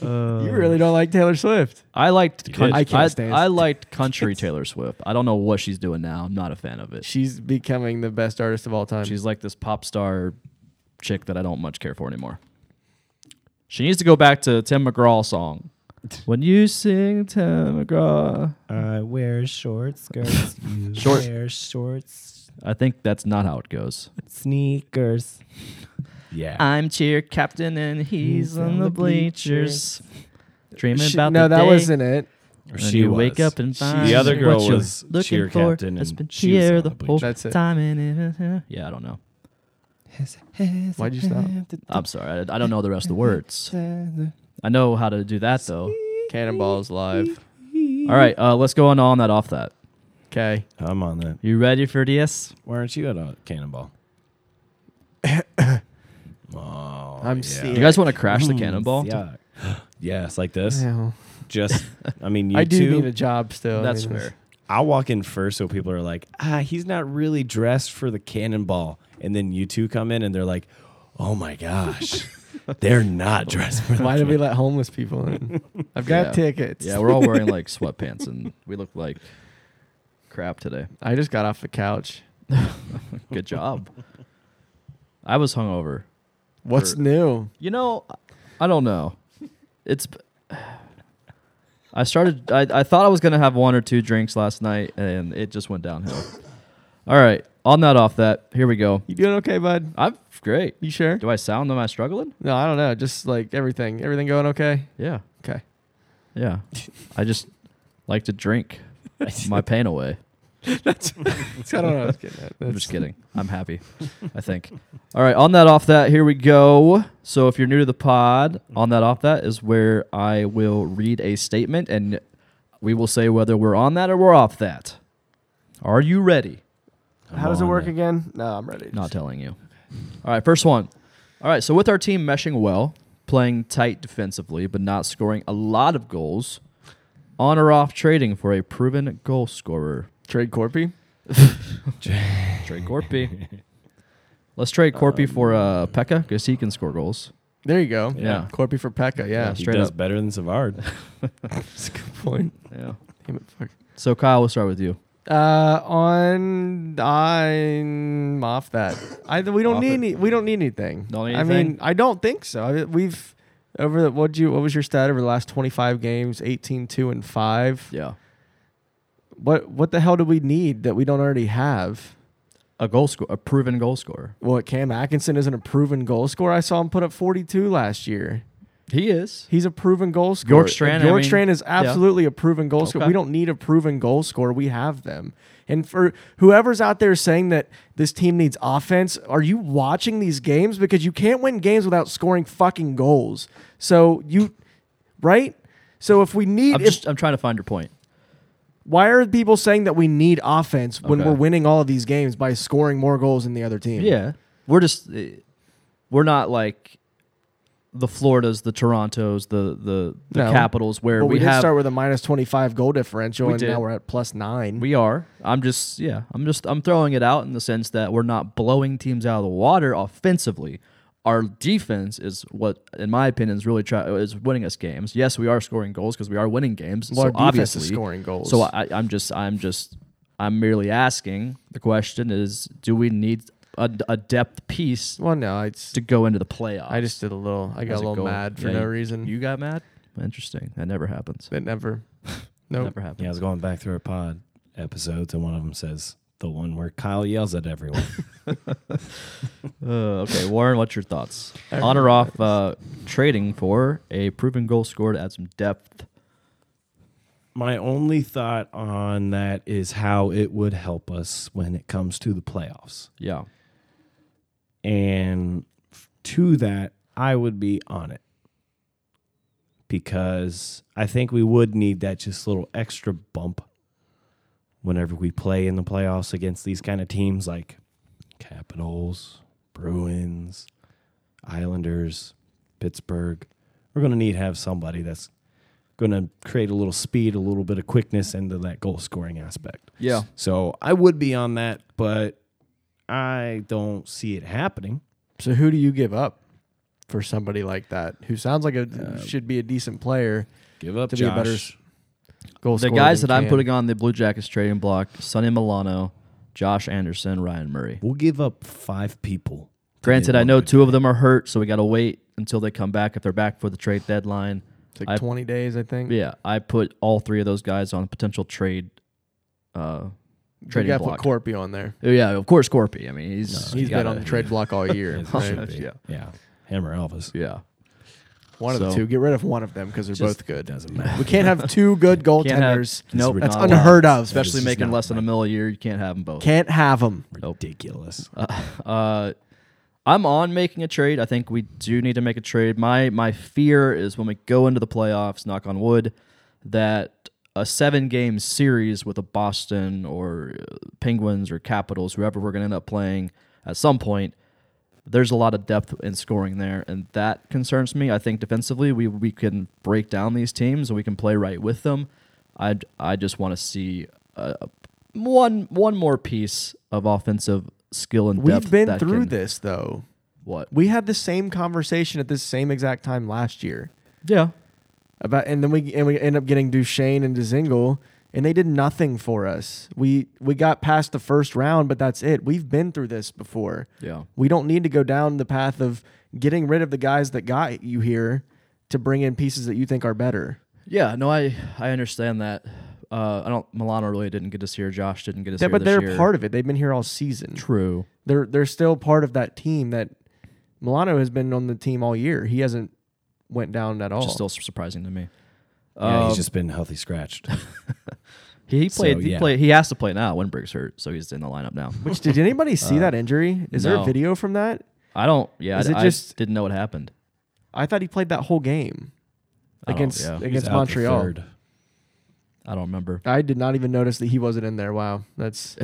E: Uh,
A: you
D: Uh,
A: really don't like Taylor Swift.
D: I liked
E: did?
D: country,
A: I can't stand-
D: I liked
E: *laughs*
D: country Taylor Swift. I don't know what she's doing now. I'm not a fan of it.
A: She's becoming the best artist of all time.
D: She's like this pop star chick that I don't much care for anymore. She needs to go back to Tim
E: *laughs*
D: McGraw song. When you sing Tim McGraw,
F: I wear short skirts. You
D: Short-
F: wear shorts.
D: I think that's not how it goes.
F: Sneakers.
E: yeah.
D: I'm cheer captain and he's on the bleachers, dreaming
A: She-
D: about
A: no,
D: the
A: that
D: day
A: wasn't it.
E: Or
D: when you wake
E: was.
D: up and
A: She-
D: find
E: the other
D: what
E: girl
D: you're
E: was
D: looking
E: cheer
D: for.
E: captain,
D: It's
E: and
D: been
E: she was
D: cheer
E: on
D: the
E: the
D: whole
E: bleachers.
A: That's it.
D: time and it- *laughs* yeah, I don't know.
A: Why'd you stop?
D: I'm sorry. I, I don't know the *laughs* rest of the words. I know how to do that though.
A: Cannonballs live.
D: All right, uh, let's go on on that off that.
A: Okay.
E: I'm on that.
D: You ready for this?
E: Why aren't you at a cannonball?
A: *coughs*
E: oh,
A: I'm Hmm.
E: yeah.
A: sick.
D: You guys want to crash the cannonball?
E: Mm, Yeah. *gasps* yes, like this.
A: Ew. *laughs*
E: Just, I mean, you
A: I do
E: two.
A: need a job still. I
D: That's
A: mean,
D: fair.
E: I walk in first, so people are like, ah, he's not really dressed for the cannonball. And then you two come in and they're like, oh
A: *laughs*
E: my gosh, they're not dressed for the
A: Why did we let homeless people *laughs* in? I've got
D: Yeah.
A: tickets.
D: Yeah, we're all wearing like sweatpants and we look like crap today.
A: I just got off the couch.
D: Good job. I was hungover.
A: What's
D: Or-
A: new?
D: You know, I don't know. It's. I started. I, I thought I was gonna have one or two drinks last night, and it just went downhill. All right, on that, off that. Here we go.
A: You doing okay, bud?
D: I'm great.
A: You sure?
D: Do I sound? Am I struggling?
A: No, I don't know. Just like everything. Everything going okay?
D: Yeah.
A: Okay.
D: Yeah. I just like to drink my pain away.
A: *laughs* I don't know. I was getting at. *laughs*
D: I'm just kidding. I'm happy, I think. *laughs* All right, on that, off that, here we go. So if you're new to the pod, on that, off that is where I will read a statement and we will say whether we're on that or we're off that. Are you ready?
A: How does it work again? No, I'm ready.
D: Not telling you. All right, first one. All right, so with our team meshing well, playing tight defensively, but not scoring a lot of goals, on or off trading for a proven goal scorer.
A: Trade Corpy?
D: Trade Corpy. *laughs* Let's trade Corpy for uh, Pekka because he can score goals.
A: There you go.
D: Yeah.
A: Corpy for Pekka. Yeah.
E: He
D: straight
E: does
D: up.
E: better than Savard.
A: *laughs* That's a good point.
D: Yeah.
A: Damn it, fuck.
D: So Kyle, we'll start with you.
A: Uh, on I'm off that. I we don't
D: Off
A: need
D: it.
A: any, we don't need anything.
D: Don't need
A: I mean,
D: anything?
A: I don't think so. I, we've over the, what you what was your stat over the last 25 games? 18 2 and 5.
D: Yeah.
A: What what the hell do we need that we don't already have?
D: A goal scorer, a proven goal scorer.
A: Well, Cam Atkinson isn't a proven goal scorer. I saw him put up 42 last year.
D: He is.
A: He's a proven goal scorer.
D: Bjorkstrand, I
A: Bjorkstrand
D: mean,
A: is absolutely a proven goal scorer.
D: Okay.
A: We don't need a proven goal scorer. We have them. And for whoever's out there saying that this team needs offense, are you watching these games? Because you can't win games without scoring fucking goals. So you, right? So if we need,
D: I'm
A: if,
D: just I'm trying to find your point.
A: why are people saying that we need offense when
D: Okay.
A: we're winning all of these games by scoring more goals than the other team?
D: Yeah. We're just uh, we're not like the Floridas, the Torontos, the the, the
A: No.
D: Capitals where
A: But we,
D: we,
A: did
D: have
A: start with a minus 25 goal differential,
D: We
A: and
D: did.
A: now we're at plus nine.
D: we are. I'm just yeah, I'm just I'm throwing it out in the sense that we're not blowing teams out of the water offensively. Our defense is what in my opinion is really try is winning us games. Yes, we are scoring goals because we are winning games.
A: Well, our
D: so
A: defense is
D: obviously
A: scoring goals.
D: So I, I'm just I'm just I'm merely asking the question is do we need a, a depth piece
A: well, no, it's
D: to go into the playoffs?
A: I just did a little. I got
D: How's
A: a
D: it
A: little
D: going?
A: mad for
D: Yeah,
A: no
D: you-
A: reason.
D: You got mad? Interesting. That never happens.
A: that *laughs* never. No.
D: Never
E: Yeah, I
D: happens.
E: was going back through our pod episodes, and one of them says the one where Kyle yells
A: *laughs*
E: at everyone.
D: Uh, okay, Warren, what's your thoughts? On or off uh, trading for a proven goal scorer to add some depth?
E: My only thought on that is how it would help us when it comes to the playoffs.
D: Yeah.
E: And f- to that, I would be on it because I think we would need that just little extra bump whenever we play in the playoffs against these kind of teams like Capitals, Bruins, Islanders, Pittsburgh. We're going to need to have somebody that's going to create a little speed, a little bit of quickness into that goal scoring aspect.
D: Yeah.
E: So I would be on that, but I don't see it happening.
A: So who do you give up for somebody like that who sounds like a
D: Uh,
A: should be a decent player?
E: Give up
A: To be a better
E: Josh.
A: Goal
D: The guys that I'm putting on the Blue Jackets trading block Sonny Milano, Josh Anderson, Ryan Murray.
E: We'll give up five people.
D: Granted, I know two of them are hurt, so we got to wait until they come back if they're back for the trade deadline.
A: like
D: I-
A: 20 days, I think.
D: Yeah, I put all three of those guys on potential trade. Uh,
A: you
D: trading
A: got to put
D: block.
A: Corpy on there.
D: yeah, of course, Corpy. I mean, he's
A: He's been
D: gotta-
A: on the trade block
D: *laughs*
A: all year. right?
D: Oh, Yeah.
E: Yeah. Him or Elvis.
D: Yeah.
A: One of the
D: So-
A: two. Get rid of one of them because they're
D: *laughs*
A: both
E: It
A: good.
E: doesn't matter.
A: We can't have two good goaltenders.
D: No,
E: It's
A: That's
E: not
A: unheard of.
D: Especially
E: just
D: making
E: not
D: less than a mil a year, you can't have them both.
A: Can't have them.
E: Ridiculous.
D: Uh, I'm on making a trade. I think we do need to make a trade. My my fear is when we go into the playoffs, knock on wood, that a seven game series with a Boston or uh, Penguins or Capitals, whoever we're going to end up playing at some point, there's a lot of depth in scoring there, and that concerns me. I think defensively, we we can break down these teams and we can play right with them. I I just want to see uh one one more piece of offensive skill and depth.
A: We've been
D: that
A: through
D: can-
A: this though.
D: What?
A: We had the same conversation at this same exact time last year.
D: Yeah,
A: about and then we and we end up getting Duchesne and Dzingel, and they did nothing for us. We we got past the first round, but that's it. We've been through this before.
D: yeah,
A: We don't need to go down the path of getting rid of the guys that got you here to bring in pieces that you think are better.
D: yeah. No, I I understand that. Uh, I don't. Milano really didn't get us here. Josh didn't get us
A: Yeah,
D: here.
A: but
D: this
A: they're
D: year.
A: part of it. They've been here all season.
D: True.
A: They're they're still part of that team that Milano has been on the team all year. He hasn't went down at all.
D: Just still surprising to me.
E: yeah,
D: Um,
E: he's just been healthy
D: *laughs*
E: scratched.
D: he
E: so,
D: played. he
E: yeah.
D: played. He has to play now. Winberg's hurt, so he's in the lineup now.
A: Which
D: *laughs*
A: did anybody see that injury? Is there a
D: Uh, no.
A: video from that?
D: I don't. Yeah,
A: Is
D: I,
A: it
D: I
A: just-
D: didn't know what happened.
A: I thought he played that whole game
D: I don't-
A: against
D: yeah.
E: He's out
A: against
E: the
A: Montreal.
D: *laughs*
E: third.
D: I don't remember.
A: I did not even notice that he wasn't in there. Wow, that's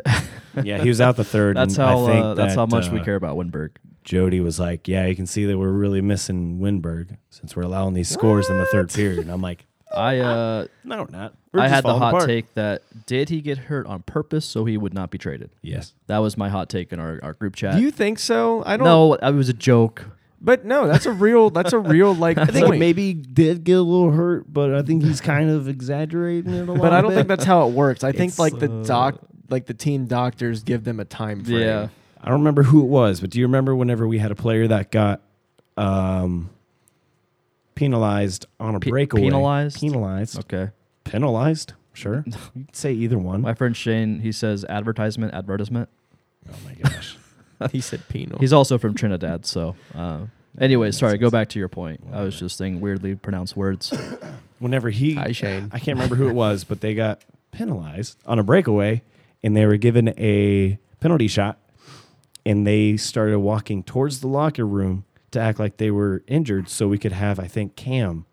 E: Yeah, he was out the third.
D: That's
E: and
D: how.
E: I think
D: Uh, that's how
E: that,
D: much we
E: uh,
D: care about Winberg.
E: Jody was like, "Yeah, you can see that we're really missing Winberg since we're allowing these scores in the third period." And I'm like,
D: I uh,
E: "No, we're not." We're
D: I
E: just
D: had the
E: falling
D: hot
E: apart."
D: take that did he get hurt on purpose so he would not be traded?
E: Yes,
D: That was my hot take in our, our group chat.
A: Do you think so? I don't.
D: no, it was a joke.
A: But no, that's a real. That's a real like
E: *laughs* I think
A: point.
E: maybe he did get a little hurt, but I think he's kind of exaggerating it a lot.
A: but I don't think that's how it works. I think
E: It's,
A: like the
E: uh,
A: doc, like the team doctors give them a time frame.
D: Yeah.
E: I don't remember who it was, but do you remember whenever we had a player that got um, penalized on a
D: Pe-
E: breakaway?
D: penalized?
E: Penalized.
D: Okay.
E: Penalized?
D: *laughs*
E: Sure. You'd say either one.
D: My friend Shane, he says advertisement, advertisement.
E: Oh my gosh.
A: He said penal.
E: Oh.
D: He's also from Trinidad, so. Uh, anyway, sorry. Go back to your point. I was just saying weirdly
E: *coughs*
D: pronounced words.
E: Whenever he
A: Hi, Shane.
E: I can't remember who it was, but they got penalized on a breakaway and they were given a penalty shot and they started walking towards the locker room to act like they were injured so we could have I think Cam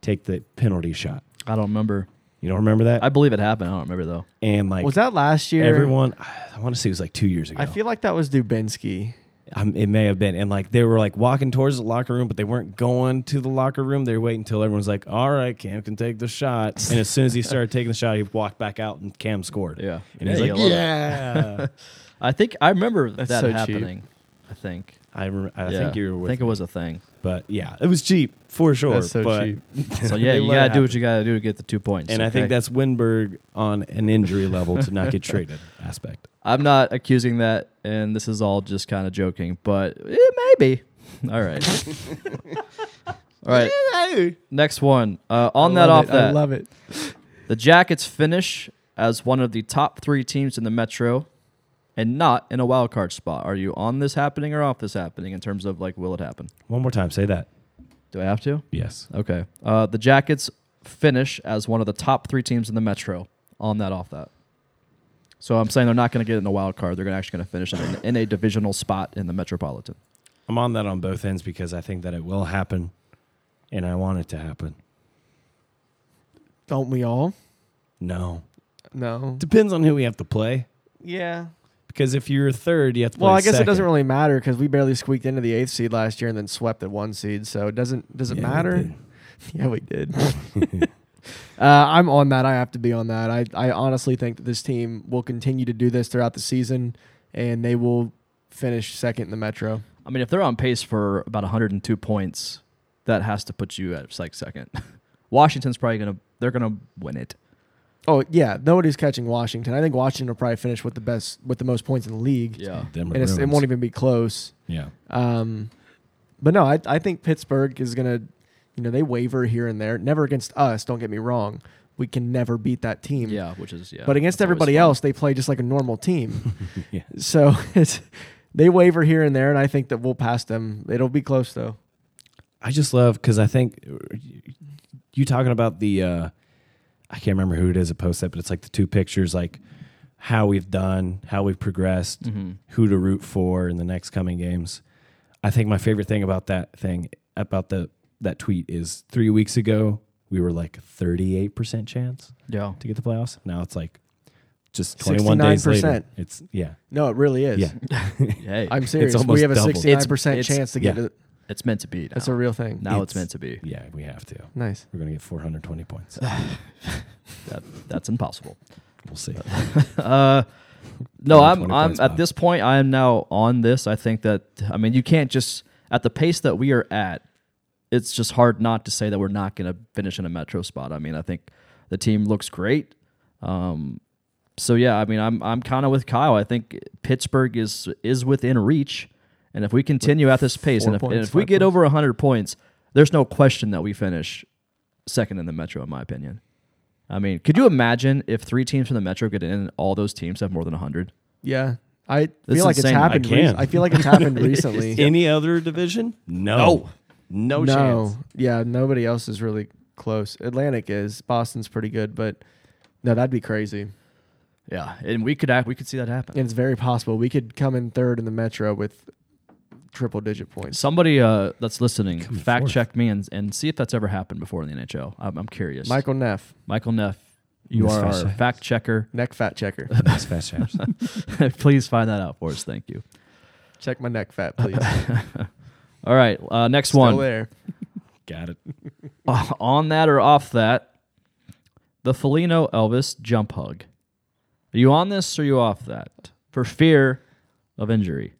E: take the penalty shot.
D: I don't remember.
E: You don't remember that?
D: I believe it happened. I don't remember though.
E: and like
A: was that last year?
E: everyone I want to say it was like 2 years ago.
A: I feel like that was Dubinsky.
E: um, it may have been and like they were like walking towards the locker room but they weren't going to the locker room. They were waiting until everyone's like, "All right, Cam can take the shot." And as soon as he started taking the shot, he walked back out and Cam scored.
D: Yeah.
E: And he's like,
D: you love it.
E: "Yeah."
D: I think I remember that
A: so cheap.
D: happening. I think.
E: I, rem I
D: Yeah.
E: think you were
D: I
E: with
D: think it
E: me.
D: was a
E: *laughs*
D: thing.
E: but yeah, it was cheap for sure.
A: That's so
E: but- *laughs*
A: cheap.
D: So yeah,
E: They
D: you
E: let it
D: gotta do what
E: happen.
D: you gotta do to get the two points.
E: And I
D: okay?
E: think that's Winberg on an injury level to not
D: *laughs*
E: get traded aspect.
D: I'm not accusing that, and this is all just kind of joking, but it may be. *laughs* All
E: *laughs*
D: right. all right. Next one. Uh, on that, off that.
A: I love it.
D: The Jackets finish as one of the top three teams in the Metro, and not in a wild card spot. Are you on this happening or off this happening in terms of like will it happen?
E: One more time, say that.
D: Do I have to?
E: Yes.
D: Okay. Uh, the Jackets finish as one of the top three teams in the Metro. On that, off that. So I'm saying they're not going to get in the wild card. They're gonna actually going to finish in, in a divisional spot in the Metropolitan.
E: I'm on that on both ends because I think that it will happen, and I want it to happen.
A: Don't we all?
E: No,
A: No.
E: depends on who we have to play.
A: Yeah.
E: Because if you're third, you have to.
A: Well,
E: play
A: I guess it doesn't
E: second.
A: really matter because we barely squeaked into the eighth seed last year and then swept the one seed. So it doesn't does it
E: Yeah, we
A: matter?
E: did.
A: *laughs* yeah, we
D: *laughs*
A: did. uh, I'm on that. I have to be on that. I, I honestly think that this team will continue to do this throughout the season and they will finish second in the Metro.
D: I mean, if they're on pace for about 102 points, that has to put you at like second. *laughs* Washington's probably going to they're going to win it.
A: Oh yeah, nobody's catching Washington. I think Washington will probably finish with the best with the most points in the league.
D: Yeah.
E: Them
A: And it's, it
E: Bruins.
A: won't even be close.
E: Yeah.
A: Um, but no, I, I think Pittsburgh is going to, you know, they waver here and there. Never against us, don't get me wrong. We can never beat that team.
D: Yeah, which is yeah.
A: But against
D: that's always
A: everybody
D: fun.
A: else, they play just like a normal team.
E: *laughs* Yeah.
A: So *laughs* it's, they waver here and there, and I think that we'll pass them. It'll be close, though.
E: I just love because I think uh, you talking about the uh, I can't remember who it is that posted, it, but it's like the two pictures, like how we've done, how we've progressed,
D: Mm-hmm.
E: who to root for in the next coming games. I think my favorite thing about that thing about the that tweet is three weeks ago we were like thirty eight percent chance
D: Yeah.
E: to get the playoffs. Now it's like just twenty one days
A: 69%.
E: later. It's yeah,
A: No, it really is.
E: yeah.
D: Hey.
A: I'm serious.
E: almost
A: We have a
E: double.
A: 69%
D: It's- it's-
A: chance to get
E: yeah.
A: it.
D: it's meant to be. Now.
A: That's a real thing.
D: now it's,
E: it's-
D: meant to be.
E: yeah, we have to.
A: Nice.
E: We're gonna get four hundred twenty points.
D: Ah, That, that's impossible.
E: We'll see.
D: Uh, no, I'm
E: 20
D: I'm
E: points,
D: at
E: Bob.
D: this point. I am now on this. I think that I mean you can't just at the pace that we are at. It's just hard not to say that we're not going to finish in a metro spot. I mean, I think the team looks great. Um, so yeah, I mean, I'm I'm kind of with Kyle. I think Pittsburgh is is within reach, and if we continue at this pace, and if, and
A: points,
D: if we
A: five
D: get
A: points.
D: over 100 points, there's no question that we finish second in the metro, in my opinion. I mean, could you imagine if three teams from the Metro get in and all those teams have more than 100?
A: Yeah. I
D: That's
A: feel like it's
D: insane. I
A: happened. re-
E: can.
A: I feel like it's
D: *laughs*
A: happened recently.
E: *laughs* Any other division? No. No, chance.
A: Yeah, nobody else is really close. Atlantic is. Boston's pretty good, but no, that'd be crazy.
D: Yeah, and we could act, we could see that happen.
A: And it's very possible we could come in third in the Metro with triple digit points.
D: Somebody uh, that's listening, fact
E: forth.
D: check me and, and see if that's ever happened before in the NHL. I'm, I'm curious.
A: Michael Neff,
D: Michael Neff, you
E: Miss
D: are
E: Fact
D: our
E: Check.
D: fact checker. *laughs*
A: neck fat checker.
E: *laughs* That's fast trash.
D: Please find that out for us. Thank you.
A: Check my neck fat, please.
D: All right, uh, next
A: Still
D: one.
A: there.
E: Got it.
D: *laughs* On that or off that, the Felino Elvis jump hug. Are you on this or are you off that? For fear of injury.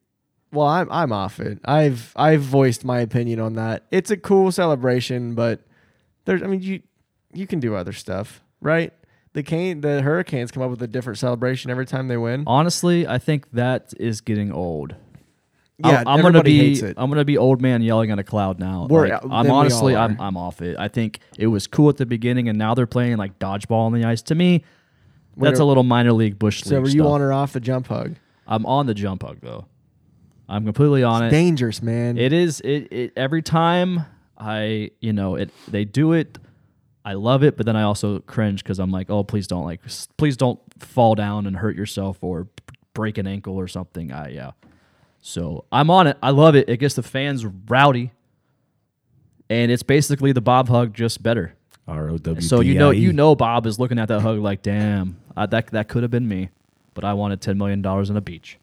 A: Well, I'm I'm off it. I've I've voiced my opinion on that. It's a cool celebration, but there's I mean you you can do other stuff, right? The cane the Hurricanes come up with a different celebration every time they win.
D: Honestly, I think that is getting old.
A: Yeah,
D: I'm, I'm gonna
A: everybody
D: be
A: hates it.
D: I'm gonna be old man yelling at a cloud now.
A: We're-
D: Like,
A: uh, then
D: I'm
A: we all
D: honestly I'm
A: are.
D: I'm off it. I think it was cool at the beginning, and now they're playing like dodgeball on the ice. To me,
A: Were
D: that's
A: you-
D: a little minor league bush
A: so
D: league
A: were you
D: stuff.
A: on or off the jump hug?
D: I'm on the jump hug though. I'm completely on it.
A: Dangerous, man.
D: It is it, it every time I you know it they do it. I love it, but then I also cringe because I'm like, oh, please don't like, s- please don't fall down and hurt yourself or b- break an ankle or something. I yeah. So I'm on it. I love it. It gets the fans rowdy, and it's basically the Bob hug just better.
E: R O W.
D: So you know, you know, Bob is looking at that hug like, damn, I, that that could have been me, but I wanted ten million dollars on a beach.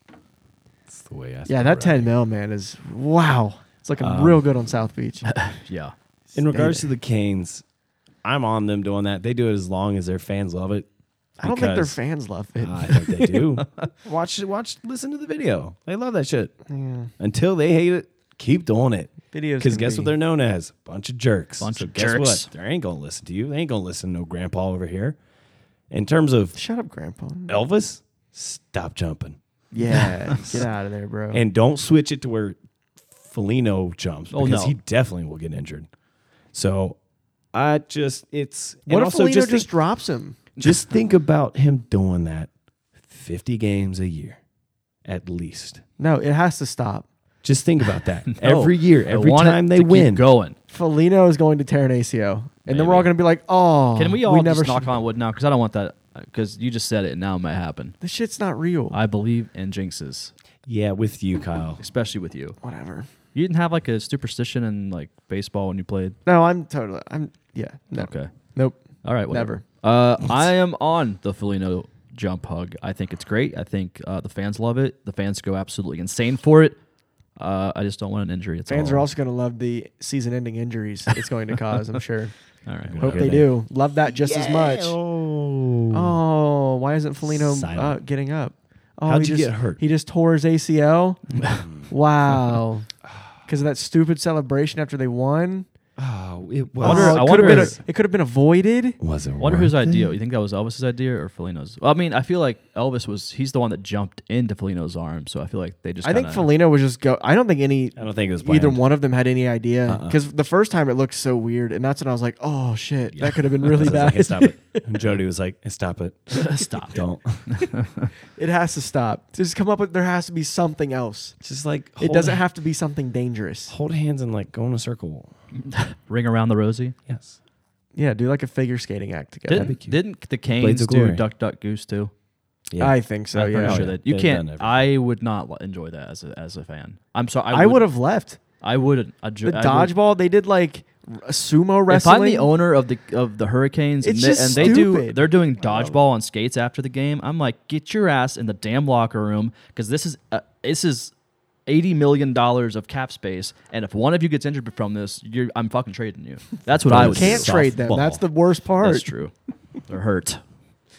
E: That's the way I
A: yeah,
E: feel
A: that
E: right
A: ten mil man is wow. It's looking
D: Um,
A: real good on South
D: *laughs*
A: Beach.
D: Yeah.
E: In regards to the Canes, I'm on them doing that. They do it as long as their fans love it.
A: I don't think their
E: because-
A: fans love it.
E: I think
A: *laughs*
E: they do. watch, watch, listen to the video. They love that shit. Until they hate it, keep doing it.
A: Videos
E: Because
A: can
E: guess
A: be-
E: what they're known as? Bunch of jerks.
D: Bunch
E: So
D: of
E: guess
D: jerks.
E: What? They ain't gonna listen to you. They ain't gonna listen to no grandpa over here. In terms of
A: Shut up, Grandpa.
E: Elvis, stop jumping
A: Yeah, get out of there, bro.
E: and don't switch it to where Felino jumps
D: Oh,
E: because
D: no.
E: he definitely will get injured. So I just it's and
A: what if
E: also
A: Foligno just,
E: just think-
A: drops him?
E: Just think about him doing that 50 games a year at least.
A: No, it has to stop.
E: Just think about that.
D: *laughs* No,
E: every year,
D: I
E: every
D: want it
E: time
D: to
E: they
D: keep
E: win.
D: going.
A: Felino is going to tear an ACO, and then we're all going to be like, "Oh,
D: Can we all
A: never
D: just knock
A: should-
D: on wood now? Because I don't want that. Because you just said it, and now it might happen.
A: This shit's not real."
D: I believe in jinxes,
E: Yeah, with you, Kyle.
D: especially with you.
A: Whatever.
D: You didn't have like a superstition in like baseball when you played.
A: No, I'm totally. I'm yeah. No.
D: Okay.
A: Nope.
D: All right.
A: Never.
D: Whatever. Uh, I am on the Filino jump hug. I think it's great. I think uh, the fans love it. The fans go absolutely insane for it. Uh, I just don't want an injury. That's
A: Fans
D: all.
A: are also going to love the season-ending injuries it's going to cause. I'm sure.
D: All right.
A: Hope
D: whatever.
A: they do. Love that just as much.
E: Oh.
A: Oh, why isn't Felino uh,
E: Silent.
A: getting up? Oh,
E: How'd
A: he
E: you
A: just,
E: get hurt?
A: He just tore his ACL. wow. Because of that stupid celebration after they won.
E: it
D: I wonder-
A: Oh,
D: I
A: it could
D: wonder
A: have been.
D: if-
A: a- It could have been avoided.
E: was it
D: Wonder
E: worth
D: whose
E: it?
D: idea. You think that was Elvis's idea or Felino's? Well, I mean, I feel like Elvis was. He's the one that jumped into Felino's arm. So I feel like they just.
A: I think
D: kinda-
A: Felino was just go. I don't think any.
E: I don't think it was
A: either
E: planned.
A: one of them had any idea because the first time it looked so weird, and that's when I was like, "Oh shit, that could have been really
E: I was like,
A: bad."
E: "Hey, stop it.
D: *laughs*
E: And Jody was like, "Hey, stop it.
D: Stop.
E: Don't.
A: it has to stop. Just come up with. There has to be something else.
E: Just like
A: It doesn't have to be something dangerous.
E: hold hands and like go in a circle.
D: Ring around the Rosie.
E: Yes.
A: Yeah, do like a figure skating act together.
D: Didn't, didn't the Canes
E: Blades of
D: do
E: Glory.
D: Duck Duck Goose too?
A: I think so.
D: I'm pretty
A: Oh, yeah,
D: sure
E: yeah.
D: that you
E: They've done
D: can't.
E: everything.
D: I would not li- enjoy that as a, as a fan. I'm sorry.
A: I would have left
D: I wouldn't. I ju-
A: the
D: I would-
A: dodgeball. They did like r- sumo
D: If
A: wrestling.
D: I'm the owner of the of the Hurricanes and
A: It's
D: they, and
A: just
D: they do
A: stupid.
D: they're doing dodgeball on skates after the game, I'm like, get your ass in the damn locker room because this is uh, this is eighty million dollars of cap space, and if one of you gets injured from this, you're I'm fucking trading you. That's what I
E: You
D: would.
A: can't
D: do.
A: trade them.
E: softball.
A: That's the worst part.
D: That's true. They're hurt.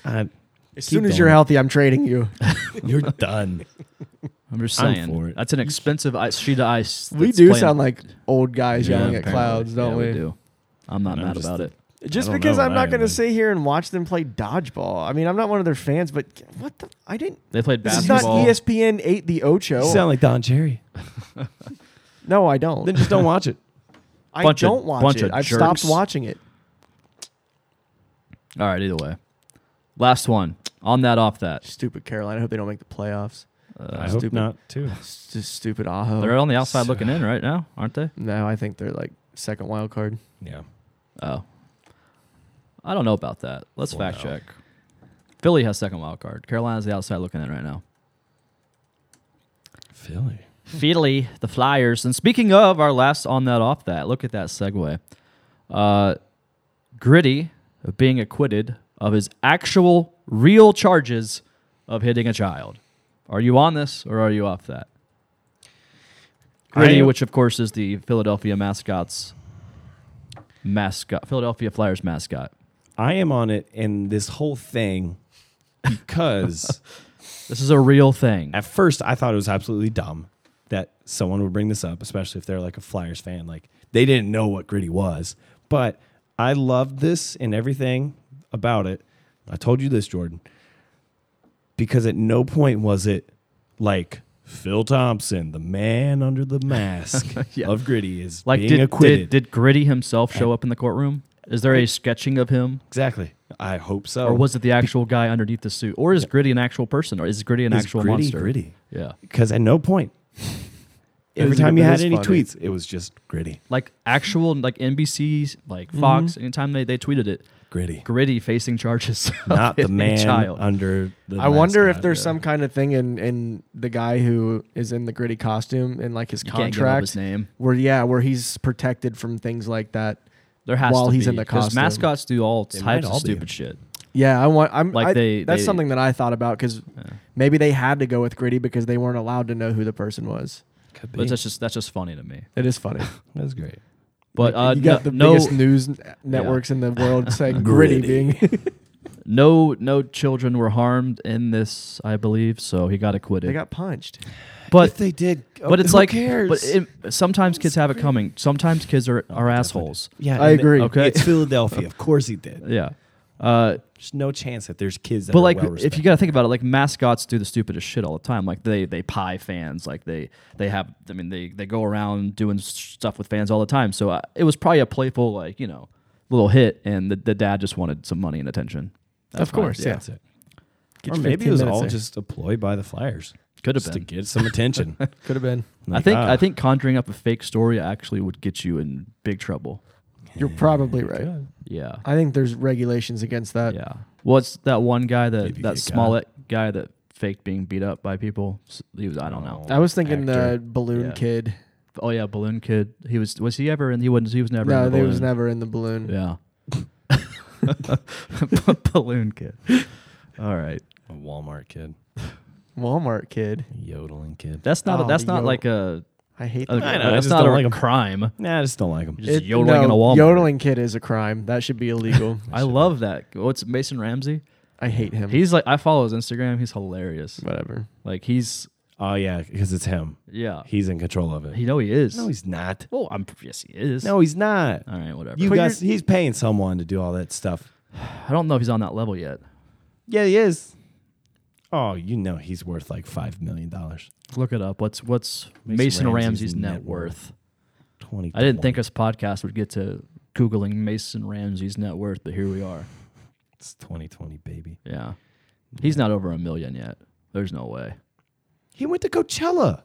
E: I,
A: As soon
E: Keep
A: as you're
E: going.
A: healthy, I'm trading you.
E: you're
D: *laughs*
E: done.
D: I'm just
E: I'm
D: saying.
E: for it.
D: That's an expensive ice, sheet of ice.
A: we
D: that's
A: do
D: playing-
A: sound like old guys
E: Yeah,
A: yelling at
E: apparently.
A: clouds, don't
D: yeah, we? do. I'm not
E: And I'm
D: mad
E: just
D: about
E: the-
D: it.
A: Just
E: I don't
A: because
E: know
A: I'm
E: what
A: not
E: I
A: going to
E: am.
A: sit here and watch them play dodgeball. I mean, I'm not one of their fans, but what the? I didn't.
D: They played
A: This
D: basketball.
A: is not E ESPN eight the Ocho.
E: You sound like Don Cherry.
A: no, I don't.
E: Then just don't watch it.
A: *laughs* I
D: bunch of-
A: don't watch
D: bunch
A: it.
D: of
A: I've
D: jerks.
A: stopped watching it.
D: All right. Either way, last one on that off that. Uh,
A: Stupid Carolina. I hope they don't make the playoffs.
E: I hope
A: stupid.
E: not too.
A: It's just stupid Aho.
D: They're on the outside looking in right now, aren't they?
A: no, I think they're like second wild card.
E: Yeah.
D: Oh. I don't know about that. Let's fact check. Philly has second wild card. Carolina's the outside looking in right now.
E: Philly.
D: Philly, the Flyers. And speaking of our last on that off that, look at that segue. Uh, Gritty being acquitted of his actual real charges of hitting a child. Are you on this or are you off that? Gritty,
E: I-
D: which of course is the Philadelphia mascots mascot, Philadelphia Flyers mascot.
E: I am on it in this whole thing because
D: *laughs* This is a real thing.
E: at first I thought it was absolutely dumb. that someone would bring this up, especially if they're like a Flyers fan. Like they didn't know what gritty was, but I loved this and everything about it. I told you this, Jordan, because at no point was it like Phil Thompson, the man under the mask
D: *laughs* Yeah.
E: of gritty, is
D: Like,
E: being
D: did,
E: acquitted.
D: did did Gritty himself show up in the courtroom? Is there a sketching of him,
E: exactly. I hope so.
D: or was it the actual guy underneath the suit, or is Gritty an actual person, or is Gritty an
E: Is
D: actual
E: Gritty
D: monster?
E: Gritty?
D: Yeah,
E: Because at no point, every
A: Everything
E: time you
A: about
E: had
A: it
E: any
A: is funny.
E: tweets, it was just gritty,
D: like actual like NBC's like
E: Mm-hmm.
D: Fox. Anytime they, they tweeted it,
A: *laughs*
E: gritty,
D: Gritty facing charges. *laughs* of
E: not the
D: a
E: man
D: Child.
E: under the.
A: I wonder
E: mask.
A: if there's some kind of thing in in the guy who is in the gritty costume and like his
D: You can't
A: contract
D: give up his name.
A: where yeah, where he's protected from things like that.
D: There has
A: while
D: to
A: he's
D: be,
A: in the
D: 'cause
A: costume.
D: mascots do all
E: might
D: types of
E: all be.
D: stupid shit.
A: Yeah, I want. I'm
D: Like
A: I-
D: they-
A: That's
D: they-
A: something that I thought about because maybe they had to go with gritty because they weren't allowed to know who the person was.
E: Could
D: But
E: be.
D: that's just that's just funny to me.
A: It is funny.
E: That's great.
D: But uh,
A: you got the
E: *laughs*
D: no,
A: biggest
D: no,
A: news n- networks in the
D: *laughs*
A: world saying gritty being.
D: no, no children were harmed in this, I believe. So he got acquitted.
A: *laughs* they got punched.
D: but
E: they did,
D: but it's
E: oh, who
D: like
E: cares?
D: but it, sometimes kids have it coming. Sometimes kids are are assholes.
E: yeah,
A: I
E: and
A: agree.
D: Okay.
E: It's Philadelphia. Of course he did.
D: Yeah. Uh,
E: There's no chance that there's kids that
D: but
E: are
D: like
E: well
D: if you got to think about it like mascots do the stupidest shit all the time like they they pie fans like they they have i mean they they go around doing stuff with fans all the time so uh, it was probably a playful like you know little hit and the, the dad just wanted some money and attention
A: of course, yeah.
E: That's it.
A: Get
E: Or
A: your
E: maybe
A: 15
E: it was
A: minutes
E: all
A: there.
E: just a ploy by the Flyers,
D: could have
E: just to
D: been
E: get some
D: *laughs*
E: attention.
A: could have
E: *laughs*
A: been.
D: i
E: Like,
D: think i
E: ah,
D: think conjuring up a fake story actually would get you in big trouble
A: You're probably right.
E: God.
D: yeah
A: I think there's regulations against that.
D: yeah what's that one guy that
E: Uh, Maybe
D: that
E: fake guy.
D: smollett guy that faked being beat up by people S- he was i don't know
A: I was thinking the
E: Actor.
A: balloon
D: Yeah.
A: kid.
D: oh yeah balloon kid he was was he ever in he wasn't he was never in
A: No,
D: the
A: they was
D: balloon.
A: never in the balloon.
D: Yeah. *laughs* Balloon kid. All right.
E: A Walmart kid,
A: Walmart kid.
E: yodeling kid.
D: That's not
A: Oh,
D: that's not
A: yo-
D: like a,
A: I hate
D: a-
A: that.
E: I know, I
D: that's
E: just
D: not a
E: don't like 'em.
D: crime.
E: Nah, I just don't like him.
D: *laughs* Just yodeling in a Walmart.
A: Yodeling kid is a crime. That should be illegal.
D: *laughs* I love that. What's Mason Ramsey?
A: I hate him.
D: He's like I follow his Instagram. He's hilarious.
A: whatever.
D: Like he's
E: Oh yeah, because it's him.
D: yeah.
E: He's in control of it.
D: He know he is.
E: no, he's not.
D: well, I'm yes he is.
E: No, he's not.
D: All right, whatever.
E: You
A: But
E: guys, he's paying someone to do all that stuff.
D: I don't know if he's on that level yet.
E: Yeah, he is. Oh, you know he's worth like five million dollars.
D: Look it up. What's what's
E: Mason
D: Mason Ramsey's,
E: Ramsey's
D: net
E: net
D: worth?
E: Twenty.
D: I didn't think this podcast would get to googling Mason Ramsey's net worth, but here we are.
E: it's twenty twenty, baby.
D: Yeah. He's not over a million yet. There's no way.
E: He went to Coachella.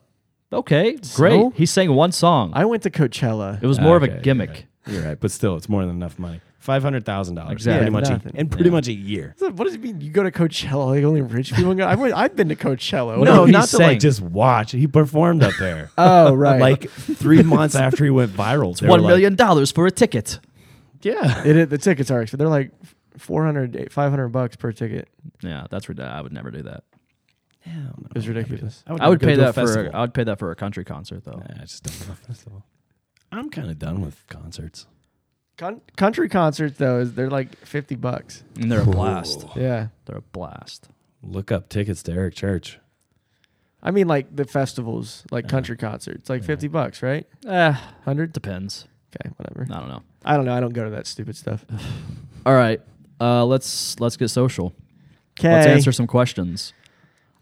D: Okay, great.
A: So?
D: He sang one song.
A: I went to Coachella.
D: it was more
E: Okay,
D: of a
E: you're
D: gimmick.
E: right. You're right, but still, it's more than enough money. Five hundred thousand dollars,
D: Exactly.
E: pretty much,
A: Nothing.
E: a, and pretty
D: Yeah.
E: much a year.
A: What does it mean? You go to Coachella? Like only rich people go. I've, I've been to Coachella.
E: *laughs*
D: No,
E: No,
D: he
E: not to
D: sang.
E: like just watch. He performed up
D: *laughs*
E: there.
A: Oh right.
E: Like three months after he went viral, they were
D: One
E: like,
D: million dollars for a ticket.
E: Yeah,
A: it, the tickets are expensive. They're like 400, 500 bucks per ticket.
D: Yeah, that's ridiculous. I would never do that.
A: It
E: Oh,
A: was ridiculous.
D: I would
E: go
D: pay
E: to a
D: that for.
E: festival.
D: A, I would pay that for a country concert though.
E: Nah, I just don't love festival. I'm kind of done with concerts.
A: Con- country concerts though is they're like fifty bucks.
D: And they're a blast.
A: Yeah.
D: They're a blast.
E: Look up tickets to Eric Church.
A: I mean like the festivals, like country concerts, like fifty bucks, right?
D: Eh,
A: Hundred.
D: depends.
A: Okay, whatever.
D: I don't know.
A: I don't know. I don't go to that stupid stuff.
D: All right, uh, let's let's get social.
A: Okay.
D: Let's answer some questions.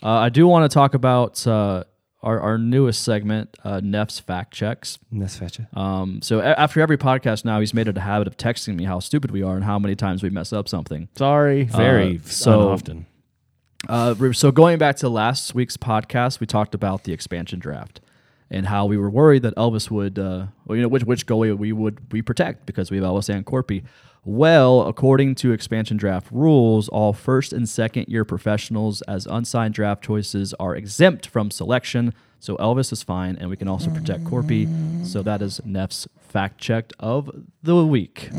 D: Uh, I do want to talk about uh, our our newest segment, uh, Neff's fact checks.
E: Uh,
D: Um, so a- after every podcast now, he's made it a habit of texting me how stupid we are and how many times we mess up something.
A: Sorry.
E: Very
D: Uh, so-
E: often.
D: Uh, re- so going back to last week's podcast, we talked about the expansion draft and how we were worried that Elvis would, uh, well, you know, which which goalie we would we protect because we have Elvis and Corpy. Well, according to expansion draft rules, all first and second year professionals as unsigned draft choices are exempt from selection. So Elvis is fine, and we can also protect Corpy. So that is Neff's fact checked of the week.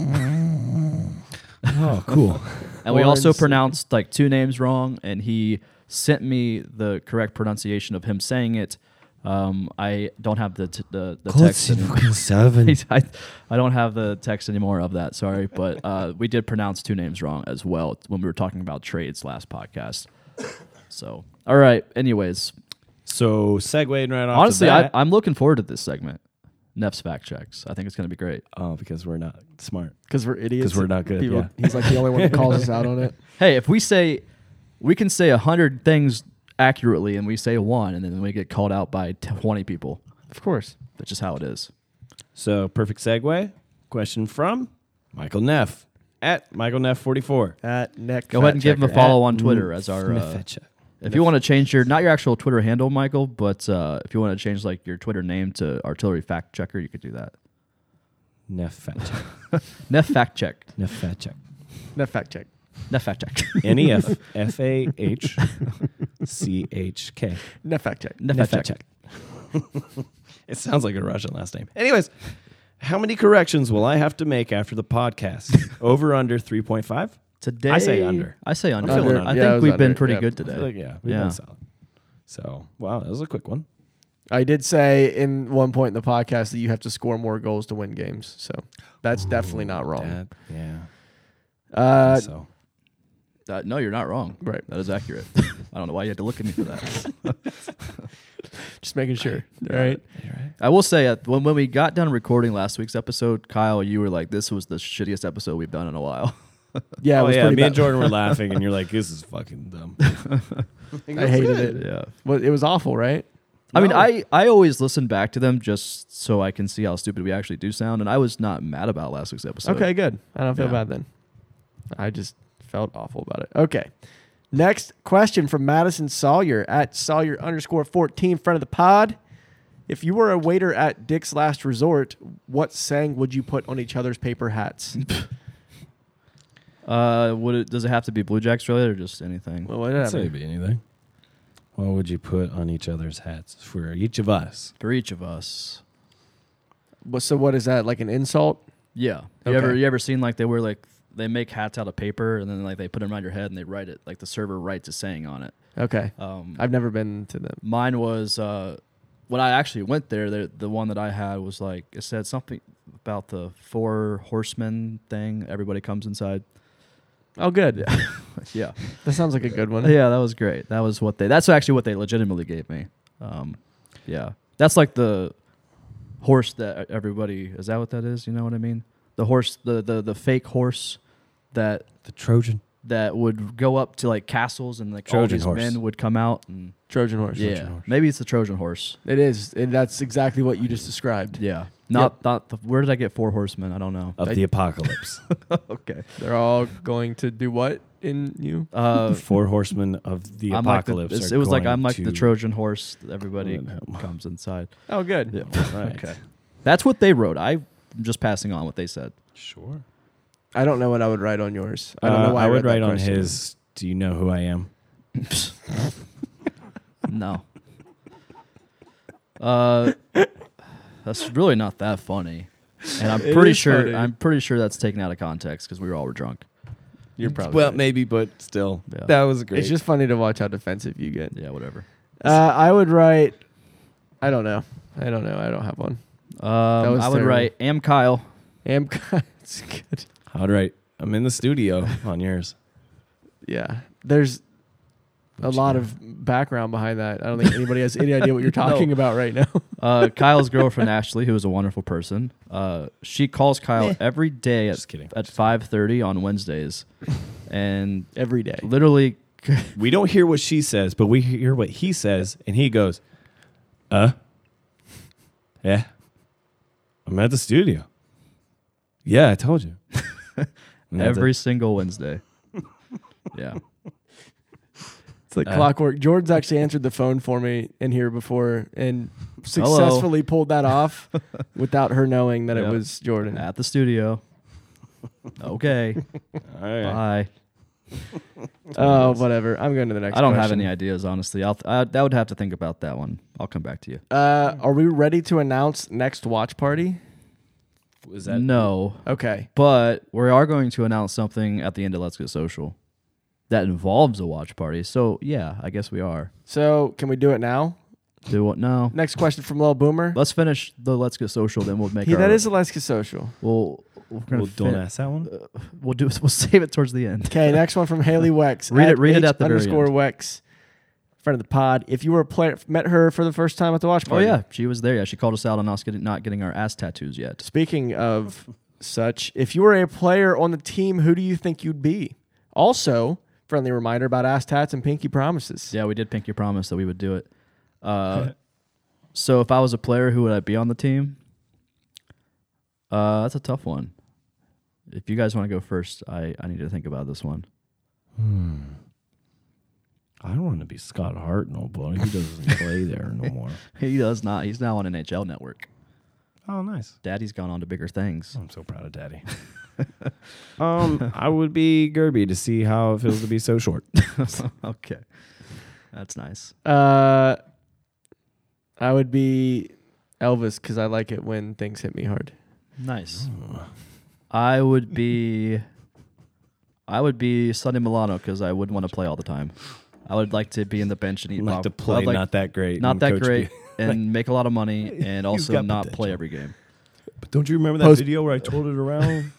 E: Oh, *laughs* cool.
D: And we also
A: Lawrence.
D: pronounced like two names wrong, and he sent me the correct pronunciation of him saying it. Um, I don't have the t- the, the text. anymore. *laughs* I, I don't have the text anymore of that. Sorry, but uh, we did pronounce two names wrong as well when we were talking about trades last podcast. So, all right. Anyways,
E: So segueing right off.
D: Honestly,
E: to
D: I,
E: that,
D: I'm looking forward to this segment. Neff's fact checks. I think it's going to be great.
E: oh, because we're not smart.
A: Because we're idiots.
E: 'Cause we're not good,
A: People-
E: yeah.
A: He's like the only one who calls us out on it.
D: Hey, if we say we can say hundred things accurately and we say one, and then we get called out by 20 people,
A: *laughs* Of course.
D: that's just how it is.
E: So perfect segue. Question from Michael Neff at Michael Neff forty four.
A: At neck.
D: Go ahead and give him a follow on Twitter as our. Uh, if you want to change your not your actual Twitter handle, Michael, but uh, if you want to change like your Twitter name to Artillery Fact Checker, you could do that.
E: Neff fact check.
D: *laughs* Neff fact check.
E: Neff fact check.
A: Net fact check.
D: Neff fact check.
E: N e
D: *laughs*
E: f f a h c h k.
A: Net fact check.
D: Neff fact check.
E: it sounds like a Russian last name. Anyways, how many corrections will I have to make after the podcast? Over under three point five.
D: Today,
E: I say under.
D: I say under.
E: feeling
D: I
E: under.
D: think
A: Yeah, I was
D: we've been
A: under.
D: pretty
A: Yep.
D: good today.
E: yeah, we've
D: Yeah.
E: been solid. So wow, that was a quick one.
A: I did say in one point in the podcast that you have to score more goals to win games. So that's definitely not wrong.
E: yeah.
A: Uh,
E: so
D: Uh, no, you're not wrong.
A: Right.
D: That is accurate. I don't know why you had to look at me for that.
A: just making *laughs* sure. All right.
D: I will say, uh, when, when we got done recording last week's episode, Kyle, you were like, this was the shittiest episode we've done in
A: *laughs*
D: a while.
A: Yeah. It
E: oh
A: was
E: yeah, me
A: pretty
E: and
A: bad.
E: Jordan were laughing, and you're like, "This is fucking dumb."
A: *laughs* I hated it.
D: yeah.
A: Well, it was awful, right?
D: I mean, I, I always listen back to them just so I can see how stupid we actually do sound. And I was not mad about last week's episode.
A: okay, good. I don't feel
D: yeah.
A: bad then. I just felt awful about it. Okay. Next question from Madison Sawyer at Sawyer underscore 14, friend of the pod. If you were a waiter at Dick's Last Resort, what saying would you put on each other's paper hats?
D: Uh, would it, does it have to be Blue Jacks related or just anything?
A: *laughs* well,
E: I'd say
A: whatever.
E: it'd be anything. What would you put on each other's hats for each of us?
D: For each of us.
A: Well, So, what is that? Like an insult?
D: Yeah. You
A: Okay.
D: ever you ever seen like they wear like they make hats out of paper and then like they put them around your head and they write it like the server writes a saying on it.
A: Okay.
D: Um,
A: I've never been to them.
D: mine was uh, when I actually went there. The, the one that I had was like it said something about the four horsemen thing. Everybody comes inside.
A: Oh, good.
D: Yeah,
A: *laughs* That sounds like a good one.
D: *laughs* yeah, that was great. That was what they. That's actually what they legitimately gave me. Um, yeah, that's like the horse that e, everybody is. That what that is? You know what I mean? The horse, the the the fake horse that
E: The Trojan.
D: that would go up to like castles and like all
E: Trojan
D: these
E: horse.
D: men would come out and
A: Trojan horse.
D: yeah maybe it's the Trojan horse
A: It is. And that's exactly what you just described.
D: yeah not not the, where did I get four horsemen I don't know
E: of the apocalypse.
D: okay
A: They're all going to do what in you?
E: *laughs*
D: uh,
E: the four horsemen of the
D: I'm like the,
E: apocalypse.
D: it's-
E: are
D: it was like
E: going
D: I'm like
E: to-
D: the Trojan horse that everybody
E: Oh, no.
D: comes inside
A: Oh, good.
E: *laughs* Right.
D: okay that's what they wrote I'm just passing on what they said *laughs*
E: Sure.
A: I don't know what I would write on yours.
E: Uh, I,
A: I don't know why Uh, I,
E: would
A: read that
E: write on
A: question.
E: his. Do you know who I am?
D: no uh that's really not that funny and I'm pretty
A: is
D: sure
A: funny.
D: I'm pretty sure that's taken out of context because we were all were drunk
A: You're probably. right.
E: maybe, but still,
D: Yeah.
E: was
A: it's just funny to watch how defensive you get.
D: yeah whatever
A: Uh, I would write. I don't know. I don't know. I don't have one.
D: Um,
A: was
D: I would
A: terrible.
D: write am Kyle.
A: Am *laughs* it's good.
E: All right, I'm in the studio on yours.
A: Yeah. There's a lot of background behind that. I don't think anybody has any idea what
D: *laughs*
A: you're talking about right now.
D: Uh, Kyle's girlfriend Ashley, who is a wonderful person, uh, she calls Kyle every day at
E: Just kidding.
D: at five thirty on Wednesdays, and
A: Every day.
D: literally,
E: We don't hear what she says, but we hear what he says, and he goes, "Uh, *laughs* yeah, I'm at the studio. Yeah, I told you." And that's
D: every
E: it.
D: single Wednesday. yeah,
A: It's like *laughs*
E: Uh,
A: clockwork. Jordan's actually answered the phone for me in here before and
D: Hello.
A: successfully pulled
D: *laughs*
A: that off without her knowing that it
D: Yep.
A: was Jordan.
D: at the studio. Okay,
E: All right.
D: bye.
A: Oh, whatever. I'm going to the next.
D: I don't have
A: question.
D: any ideas, honestly. I'll th- I, that would have to think about that one. I'll come back to you.
A: Uh, are we ready to announce next watch party?
E: Was that
D: no,
A: Okay.
D: but we are going to announce something at the end of Let's Get Social that involves a watch party. So yeah, I guess we are.
A: So can we do it now?
D: Do what? No.
A: Next question from Lil Boomer.
D: Let's finish the Let's Get Social, then we'll make
A: He,
D: our.
A: that is Alaska Social.
D: We'll, we're gonna
E: Well, don't
D: fin- uh,
E: ask that one.
D: We'll do. *laughs* We'll save it towards the end.
A: Okay. next one from Haley Wex.
D: Read it- read it at the very
A: underscore
D: end.
A: Wex. friend of the pod. If you were a player, met her for the first time at the watch
D: Oh
A: party.
D: yeah, she was there. Yeah, she called us out on us getting, not getting our ass tattoos yet.
A: Speaking of such, if you were a player on the team, who do you think you'd be? Also, friendly reminder about ass tats and pinky promises.
D: Yeah, we did pinky promise that we would do it.
A: *laughs*
D: Uh, so if I was a player, who would I be on the team? Uh, that's a tough one. If you guys want to go first, I, I need to think about this one. *laughs*
E: I don't want to be Scott Hartnell, but he doesn't play there no more.
D: He does not. He's now on NHL Network.
E: Oh, nice.
D: Daddy's gone on to bigger
A: Oh,
D: things.
E: I'm so proud of Daddy. *laughs* um, I would be Gerby to see how it feels to be so short.
D: *laughs* okay, that's nice.
A: Uh, I would be Elvis because I like it when things hit me hard.
D: Nice. I would be, I would be Sonny Milano because I wouldn't want to play all the time. I would like to be in the bench and eat.
E: like
D: pop-
E: to
D: I'd
E: play,
D: like-
E: not that great.
D: not
E: and
D: that
E: coach
D: great,
E: *laughs* be-
D: and make a lot
E: *laughs*
D: of money, and also
E: got
D: not play
E: potential.
D: every game.
E: But don't you remember that
A: Post-
E: video where I twirled it around?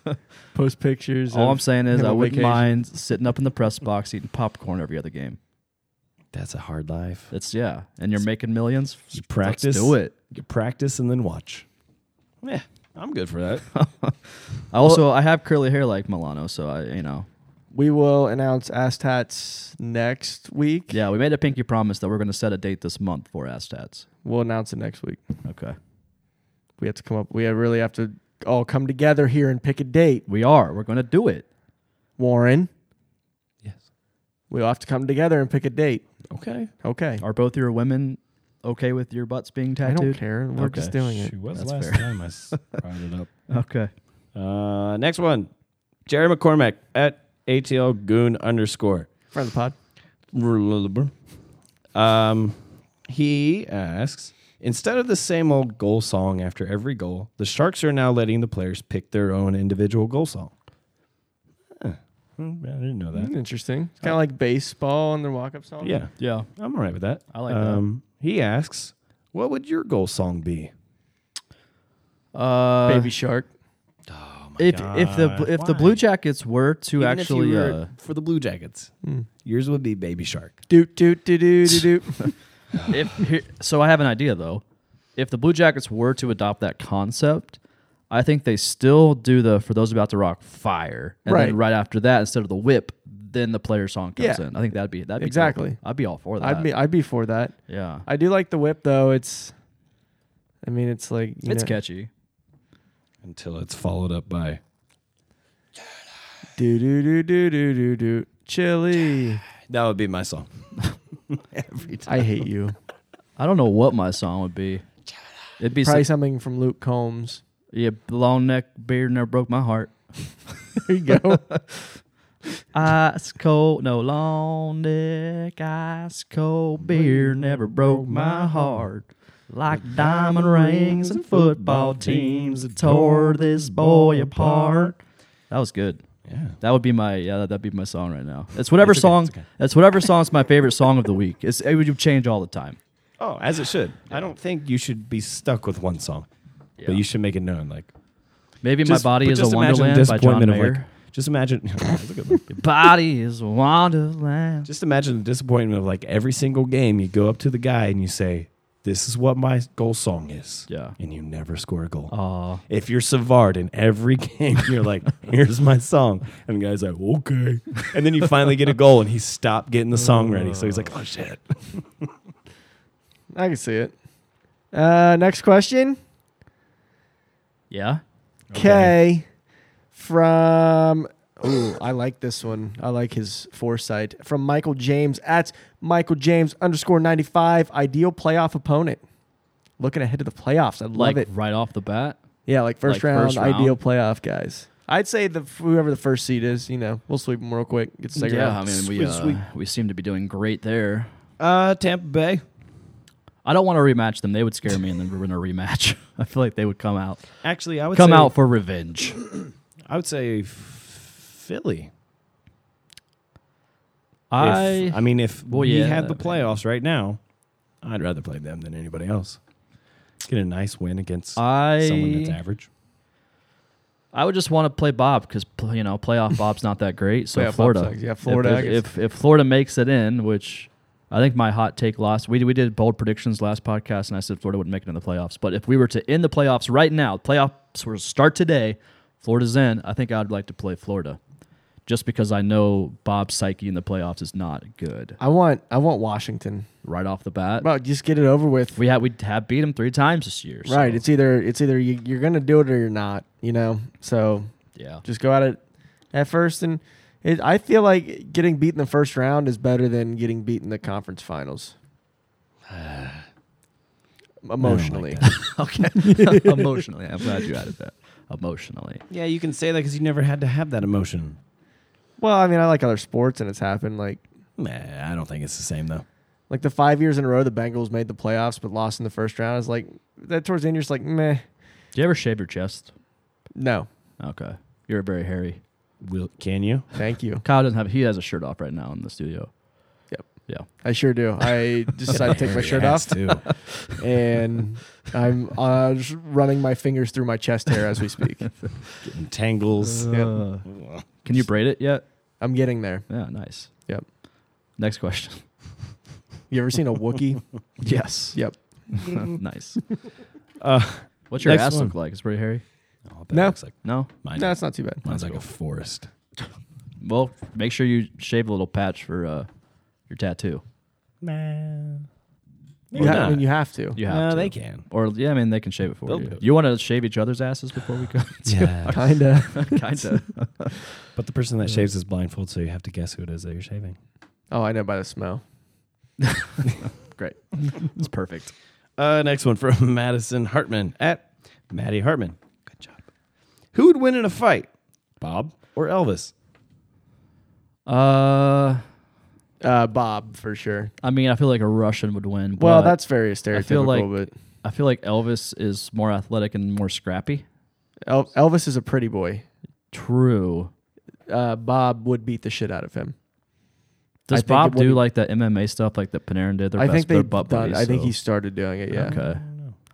A: Post pictures.
D: All
A: of
D: Oh, I'm saying is
A: him
D: I
A: on
D: wouldn't
A: vacation.
D: mind sitting up in the press box eating popcorn every other game.
E: *laughs* That's a hard life.
D: That's yeah, and you're making millions.
E: You practice.
D: Let's do it.
E: You practice and then watch. Yeah, I'm good for that.
D: I also I have curly hair like Milano, so I you know
A: We will announce ass tats next week.
D: yeah we made a pinky promise that we're going to set a date this month for Astats.
A: We'll announce it next week.
D: Okay,
A: We have to come up. We really have to all come together here and pick a date.
D: we are. We're going to do it.
A: Warren,
E: yes.
A: we'll have to come together and pick a date.
E: *laughs* Okay.
A: Okay.
D: Are both your women okay with your butts being
A: I
D: tattooed?
A: don't care. We're just
D: Okay.
A: doing it.
E: Shoot, when's the
D: That's
E: last
D: fair.
E: time I *laughs* s- brought it up?
D: Okay.
E: Uh, next one, Jerry McCormack at ATL Goon underscore.
A: Friend of the pod.
E: Um, he asks instead of the same old goal song after every goal, the Sharks are now letting the players pick their own individual goal song. Huh. Hmm, I didn't know that.
A: Interesting. It's kind of like baseball and their walk-up song.
E: Yeah,
D: Yeah.
E: I'm all right with Mm-hmm. that.
D: I like that.
E: um, that. He asks, "What would your goal song be?"
D: Uh,
A: Baby Shark.
D: if if the if the Blue Jackets were to
E: Even if you
D: actually
E: were
D: uh, Hmm.
E: for the Blue Jackets, yours would be Baby Shark.
A: Doot doot doot doot doot. doot.
D: uh, if here, so I have an idea though. If the Blue Jackets were to adopt that concept, I think they still do the for those about to rock fire, and
A: Right.
D: then right after that, instead of the whip, then the player song comes
A: Yeah.
D: in. I think that'd be that'd be
A: Exactly.
D: dope. I'd be all for that.
A: I'd be I'd be for that.
D: yeah,
A: I do like the whip though. It's, I mean, it's like you
D: it's
A: know,
D: catchy.
E: Until it's followed up by
A: Do do do do do do do.
D: *laughs*
A: Chili.
E: that would be my song.
A: I hate you.
D: I don't know what my song would be. It'd be
A: Probably
D: some,
A: something from Luke Combs.
D: yeah, long neck beard never broke my heart.
A: There you *laughs* go.
D: Ice cold, no long neck, ice cold beer never broke my heart. Like diamond rings and football teams that tore this boy apart. That was good.
E: Yeah.
D: That would be my yeah. That'd be my song right now. It's whatever song. It's, whatever song's my favorite song of the week. It's it would change all the time.
E: Oh, as it should. I don't think you should be stuck with one song, but you should make it known. Like
D: Maybe
E: just-
D: my body
E: but
D: is a
E: just imagine
D: wonderland by John
E: disappointment of,
D: Mayer.
E: like- just imagine. *laughs* That's a good one.
D: Your body is a wonderland.
E: just imagine the disappointment of like every single game. You go up to the guy and you say, "This is what my goal song is."
D: *laughs* Yeah.
E: and you never score a goal.
D: Aw.
E: If you're Savard in every *laughs* game, you're like, "Here's my song," and the guy's like, "Okay," and then you finally get a goal, and he stopped getting the song ready. So he's like, "Oh shit."
A: I can see it. Uh, next question.
D: yeah.
A: K from Ooh, I like this one. I like his foresight. From Michael James at Michael James underscore ninety five, ideal playoff opponent. Looking ahead to the playoffs. I love
D: Like
A: it.
D: right off the bat.
A: Yeah, like first,
D: like
A: round,
D: first round?
A: ideal playoff guys. I'd say the whoever the first seed is, you know, we'll sweep them real quick. Get the second
D: yeah,
A: round.
D: I mean we
E: Sweet,
D: uh,
E: sweet.
D: we seem to be doing great there.
E: Uh, Tampa Bay.
D: I don't want to rematch them. They would scare me, and then we're in a rematch. *laughs* I feel like they would come out,
E: Actually, I would
D: come
E: say-
D: out for revenge.
E: I would say f- Philly.
D: I
E: If- I mean, if
D: Well,
E: we
D: yeah,
E: had the
D: I mean-
E: playoffs right now, I'd rather play them than anybody else. Get a nice win against someone that's
D: I
E: *sighs* average.
D: I would just want to play Bob because
A: *laughs*
D: you know playoff Bob's not that great. So
A: Playoff Bob
D: Florida,
A: sucks. Yeah, Florida, I
D: If
A: guess.
D: if, if Florida makes it in, which I think my hot take last we we did bold predictions last podcast, and I said Florida would make it in the playoffs. But if we were to end the playoffs right now, playoffs were to start today, Florida's in. I think I'd like to play Florida, just because I know Bob Psyche in the playoffs is not good
A: I want I want Washington.
D: right off the bat.
A: Well, just get it over with.
D: we had we have beat him three times this year. so,
A: Right. It's e either it's either you, you're gonna do it or you're not. You know. So
D: yeah. *laughs*
A: just go at it at first, and it, I feel like getting beat in the first round is better than getting beat in the conference finals. Emotionally,
D: Okay. *laughs* Emotionally, I'm glad you added that. Emotionally,
E: *laughs* Yeah, you can say that because you never had to have that emotion.
A: *laughs* well, I mean, I like other sports, and it's happened. Like
E: Nah, I don't think it's the same though.
A: like the five years in a row the Bengals made the playoffs but lost in the first round. It's like that towards the end, you're just like meh.
D: do you ever shave your chest?
A: No,
D: Okay, you're very hairy.
E: Will can you?
A: thank you.
D: Kyle doesn't have. He has a shirt off right now in the studio.
A: Yep.
D: Yeah.
A: I sure do. I just decided to take my shirt
E: *laughs*
A: off
E: too.
A: and I'm uh, just running my fingers through my chest hair as we speak.
E: Getting *laughs* tangles. Oh,
A: Yep.
D: Can you braid it yet?
A: I'm getting there.
D: Yeah. Nice.
A: Yep.
D: Next question.
A: You ever seen a Wookiee?
D: Yes.
A: Yep.
D: *laughs* nice.
E: Uh,
D: What's your
E: Next
D: ass
E: one.
D: look like? It's pretty hairy.
E: oh,
A: No.
E: that looks like
D: No.
E: mine.
A: No, it's not too bad.
E: mine's like a forest.
D: Well, make sure you shave a little patch for uh, your tattoo.
C: Man.
A: You
E: Well,
A: ha- I
E: nah.
A: mean, you have *laughs* to.
D: You have
E: No,
D: to.
E: they can.
D: Or yeah, I mean they can shave it for
E: They'll do
D: you.
E: it.
D: You want to shave each other's asses
E: *laughs*
D: before we go?
E: *laughs*
D: *laughs*
E: Yeah,
A: Kinda.
D: Kinda.
E: but the person that shaves is blindfolded, so you have to guess who it is that you're shaving.
A: Oh, I know by the smell.
D: it's perfect.
E: Uh, next one from *laughs* Madison Hartman at Maddie Hartman. Good job. Who would win in a fight, Bob or Elvis?
D: Uh,
A: Uh, Bob for sure.
D: I mean, I feel like a Russian would win.
A: Well,
D: but
A: that's very stereotypical,
D: like-
A: but
D: I feel like Elvis is more athletic and more scrappy.
A: El- Elvis is a pretty boy.
D: True.
A: Uh, Bob would beat the shit out of him. I
D: Does
A: think it
D: Bob
A: would
D: do
A: be-
D: like that MMA stuff, like that Panarin did? Their
A: I
D: best,
A: think
D: their
A: they've
D: butt
A: done.
D: buddies,
A: I think
D: so-
A: he started doing it. Yeah.
D: okay.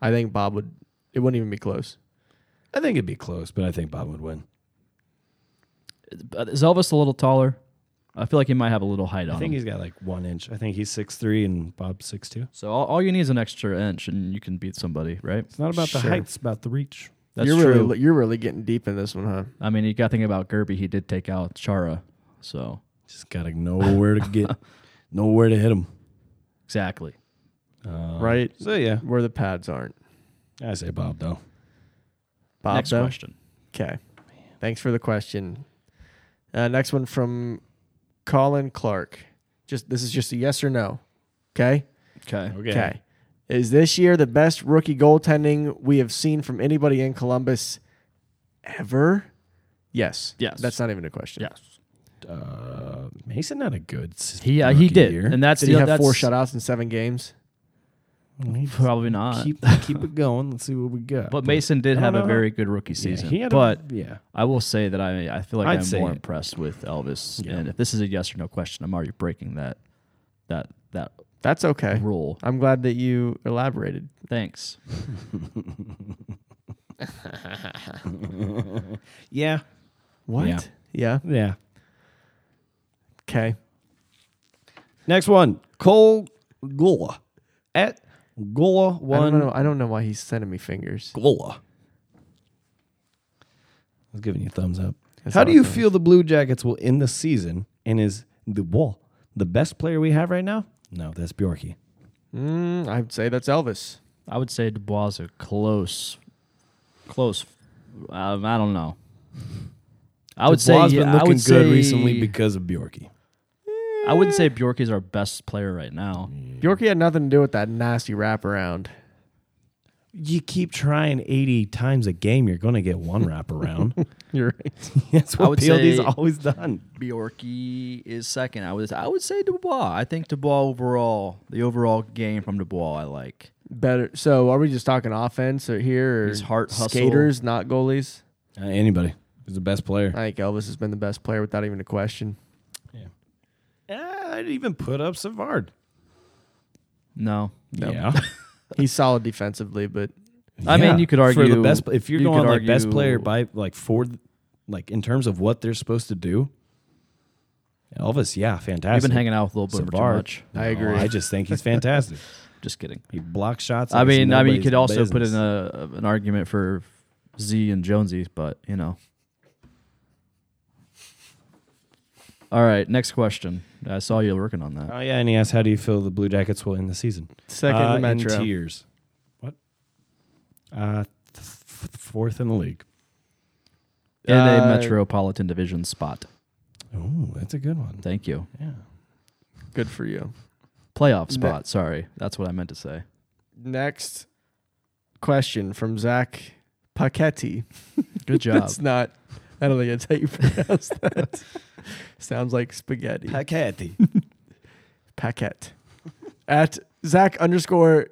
A: I think Bob would. It wouldn't even be close.
E: I think it'd be close, but I think Bob would win.
D: But Is Elvis a little taller? I feel like he might have a little height
E: I
D: on
E: think
D: him.
E: he's got like one inch. I think he's six three and Bob's six two.
D: So all, all you need is an extra inch, and you can beat somebody, right?
E: It's not about the
A: Sure.
E: height; it's about the reach.
D: That's
A: you're
D: true.
A: really you're really getting deep in this one, huh?
D: I mean, you got to think about Gerby. He did take out Chara, so
E: Just gotta know where to *laughs* get, know where to hit him.
D: exactly. Uh,
A: right
E: So yeah,
A: where the pads aren't.
E: I say Bob though.
A: Bob,
D: Next
A: though?
D: question.
A: Okay. Thanks for the question. Uh, next one from Colin Clark. Just this is just a yes or no. Okay.
D: Okay.
A: Okay. Is this year the best rookie goaltending we have seen from anybody in Columbus ever? Yes.
D: Yes.
A: That's not even a question.
D: Yes.
E: Uh, Mason had a good. s-
D: He uh, he
E: rookie
D: did,
E: year.
D: and that's
A: Did
D: the
A: he have
D: that's
A: four shutouts in seven games?
E: We just
D: Probably
E: *laughs*
D: not.
E: keep keep it going. Let's see what we got.
D: but Mason did
E: I don't
D: have a
E: know.
D: very good rookie
E: Yeah,
D: season.
E: he had a-
D: but
E: yeah,
D: I will say that I I feel like
E: I'd
D: I'm
E: say
D: more
E: it.
D: impressed with Elvis.
E: Yeah.
D: And if this is a yes or no question, I'm already breaking that that that
A: That's okay.
D: rule.
A: I'm glad that you elaborated.
D: Thanks.
E: yeah,
A: What?
E: Yeah.
A: yeah.
E: yeah.
A: Okay.
E: Next one, Cole Gula at Gula
A: I don't
E: one
A: know. I don't know why he's sending me fingers.
E: Gula. I was giving you a thumbs up.
A: That's
E: How
A: not
E: do
A: a
E: you
A: thumbs.
E: feel the Blue Jackets will end the season? And is Dubois the best player we have right now? No, that's Bjorky.
A: Mm, I'd say that's Elvis.
D: I would say Dubois is a close, close. Um, I don't know. I would say
E: Dubois
D: yeah,
E: been
D: I
E: looking
D: would
E: good
D: say,
E: recently because of Bjorky.
D: I wouldn't say Bjork is our best player right now.
A: Bjorky had nothing to do with that nasty wraparound.
E: You keep trying 80 times a game, you're going to get one *laughs* wraparound.
A: You're right.
E: that's what
D: would
E: PLD's
D: say-
E: always done.
D: Bjorky is second. I would I would say Dubois. I think Dubois overall, the overall game from Dubois, I like.
A: Better. So are we just talking offense or here? Or
D: His heart hustle.
A: Skaters, not goalies.
E: Uh, anybody. He's the best player.
A: I think Elvis has been the best player without even a question.
E: I'd even put up Savard.
D: No,
E: Yeah.
A: He's solid defensively, but
D: I mean, you could
E: for the
D: argue-
E: best. If you're
D: you could
E: going like best
D: argue-
E: player by like for, like in terms of what they're supposed to do, Elvis, yeah, fantastic.
D: I've been hanging out with Lil Boomer too
E: Savard.
D: much.
E: I agree. I just think he's fantastic. *laughs*
D: Just kidding.
E: he blocks shots.
D: I
E: like it's
D: mean, I mean, you
E: nobody's
D: could also put in
E: business.
D: a an argument for Z and Jonesy, but you know. All right, next question. I saw you working on that.
E: Uh,
G: Oh yeah, and he asked, "How do you feel the Blue Jackets will end the season?"
A: Second
E: Uh,
A: in Metro.
E: in tiers. What? Uh, th- f- fourth in the league.
D: In a
A: Uh,
D: metropolitan division spot.
E: Oh, that's a good one.
D: Thank you.
A: Good for you.
D: Playoff spot. Sorry, that's what I meant
A: *laughs*
D: to say.
A: Next question from Zach Paquetti.
D: Good
A: *laughs*
D: job.
A: That's not. I don't think that's how you pronounce that. *laughs* Sounds like spaghetti.
E: Paquetti.
A: Paquette. At Zach underscore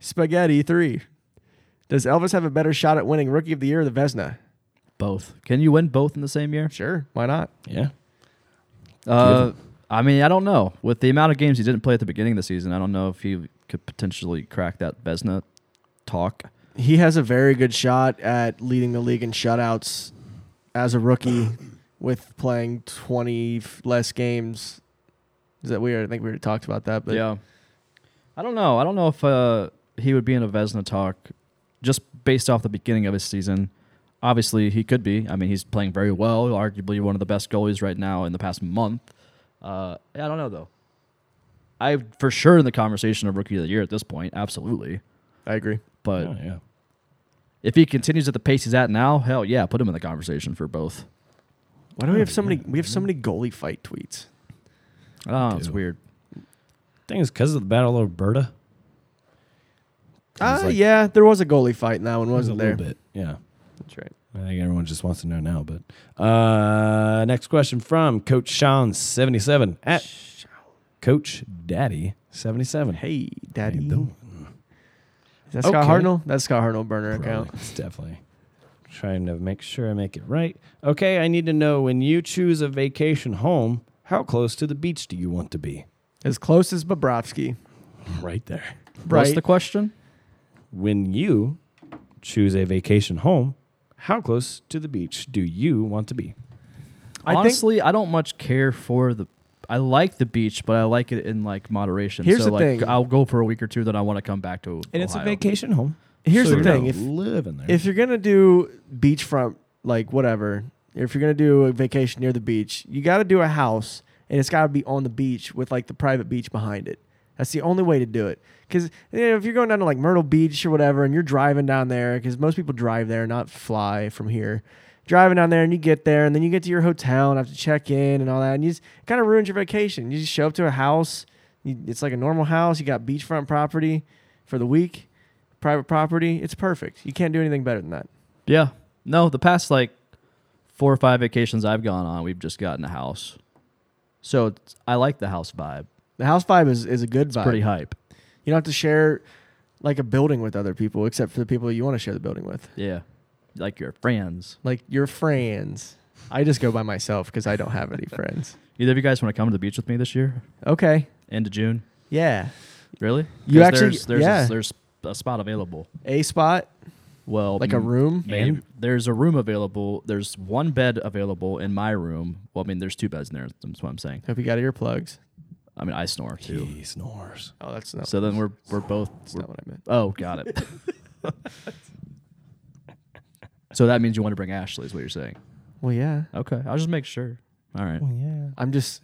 A: spaghetti three. Does Elvis have a better shot at winning Rookie of the Year or the Vesna?
D: both. Can you win both in the same year?
A: Sure. Why not?
E: yeah.
D: Uh, I mean, I don't know. With the amount of games he didn't play at the beginning of the season, I don't know if he could potentially crack that Vesna talk.
A: He has a very good shot at leading the league in shutouts as a rookie with playing 20 f- less games. Is that weird? I think we already talked about that. But
D: yeah. I don't know. I don't know if uh, he would be in a Vesna talk just based off the beginning of his season. Obviously, he could be. I mean, he's playing very well, arguably one of the best goalies right now in the past month. Uh, yeah, I don't know, though. I for sure in the conversation of rookie of the year at this point, absolutely.
A: I agree.
D: But
E: Oh, yeah.
D: if he continues at the pace he's at now, hell yeah, put him in the conversation for both.
A: Why do we have so many? We have so many goalie fight tweets.
D: Oh, it's weird.
E: Thing is, because of the Battle of Alberta,
A: Ah,
E: like-
A: yeah, there was a goalie fight in that one,
E: it was a
A: wasn't there?
E: little bit. Yeah.
A: That's right.
E: I think everyone just wants to know now. But uh, next question from Coach Sean seventy seven at Coach Daddy seventy seven.
A: Hey, Daddy.
E: Hey,
A: Is
E: dude.
A: that Scott
E: Okay.
A: Hartnell? That's Scott Hartnell burner
E: Probably.
A: account.
E: It's definitely trying to make sure I make it right. Okay, I need to know when you choose a vacation home, how close to the beach do you want to be?
A: As close as Bobrovsky.
E: Right there.
D: What's
A: Right.
D: the question?
E: When you choose a vacation home, how close to the beach do you want to be?
A: I think-
D: Honestly, I don't much care for the. I like the beach, but I like it in like moderation.
A: Here's
D: so,
A: the
D: like,
A: thing.
D: I'll go for a week or two, then I want to come back to.
E: And it's a vacation home.
A: Here's the
E: so you're
A: thing:
E: not
A: if
E: living there.
A: if you're gonna do beachfront, like whatever, if you're gonna do a vacation near the beach, you got to do a house, and it's got to be on the beach with like the private beach behind it. That's the only way to do it. Because you know, if you're going down to like Myrtle Beach or whatever, and you're driving down there, because most people drive there, not fly from here. Driving down there, and you get there, and then you get to your hotel and have to check in and all that, and you just kind of ruins your vacation. You just show up to a house. You, it's like a normal house. You got beachfront property for the week private property. It's perfect. You can't do anything better than that.
D: Yeah. No, the past like four or five vacations I've gone on, we've just gotten a house. So it's, I like the house vibe.
A: The house vibe is, is a good vibe.
D: Pretty hype.
A: You don't have to share like a building with other people, except for the people you want to share the building with,
D: Yeah. Like your friends.
A: like your friends. I just go by myself because I don't have
D: *laughs*
A: any friends.
D: Either of you guys want to come to the beach with me this year?
A: Okay.
D: End of June?
A: Yeah.
D: Really? 'Cause
A: You actually-
D: there's there's,
A: yeah.
D: a, there's a spot available.
A: A spot,
D: Well,
A: like a
D: mm,
A: room.
D: And there's a room available. There's one bed available in my room. Well, I mean, there's two beds in there. That's what I'm saying.
A: Hope you got earplugs.
D: I mean, I snore too.
E: he snores.
A: Oh, that's not,
D: So then we're we're both.
A: that's
D: We're,
A: not what I meant.
D: oh, got it. *laughs* so that means you want to bring Ashley, is what you're saying?
A: Well, yeah.
D: Okay, I'll just make sure. All right,
E: Yeah.
A: I'm just,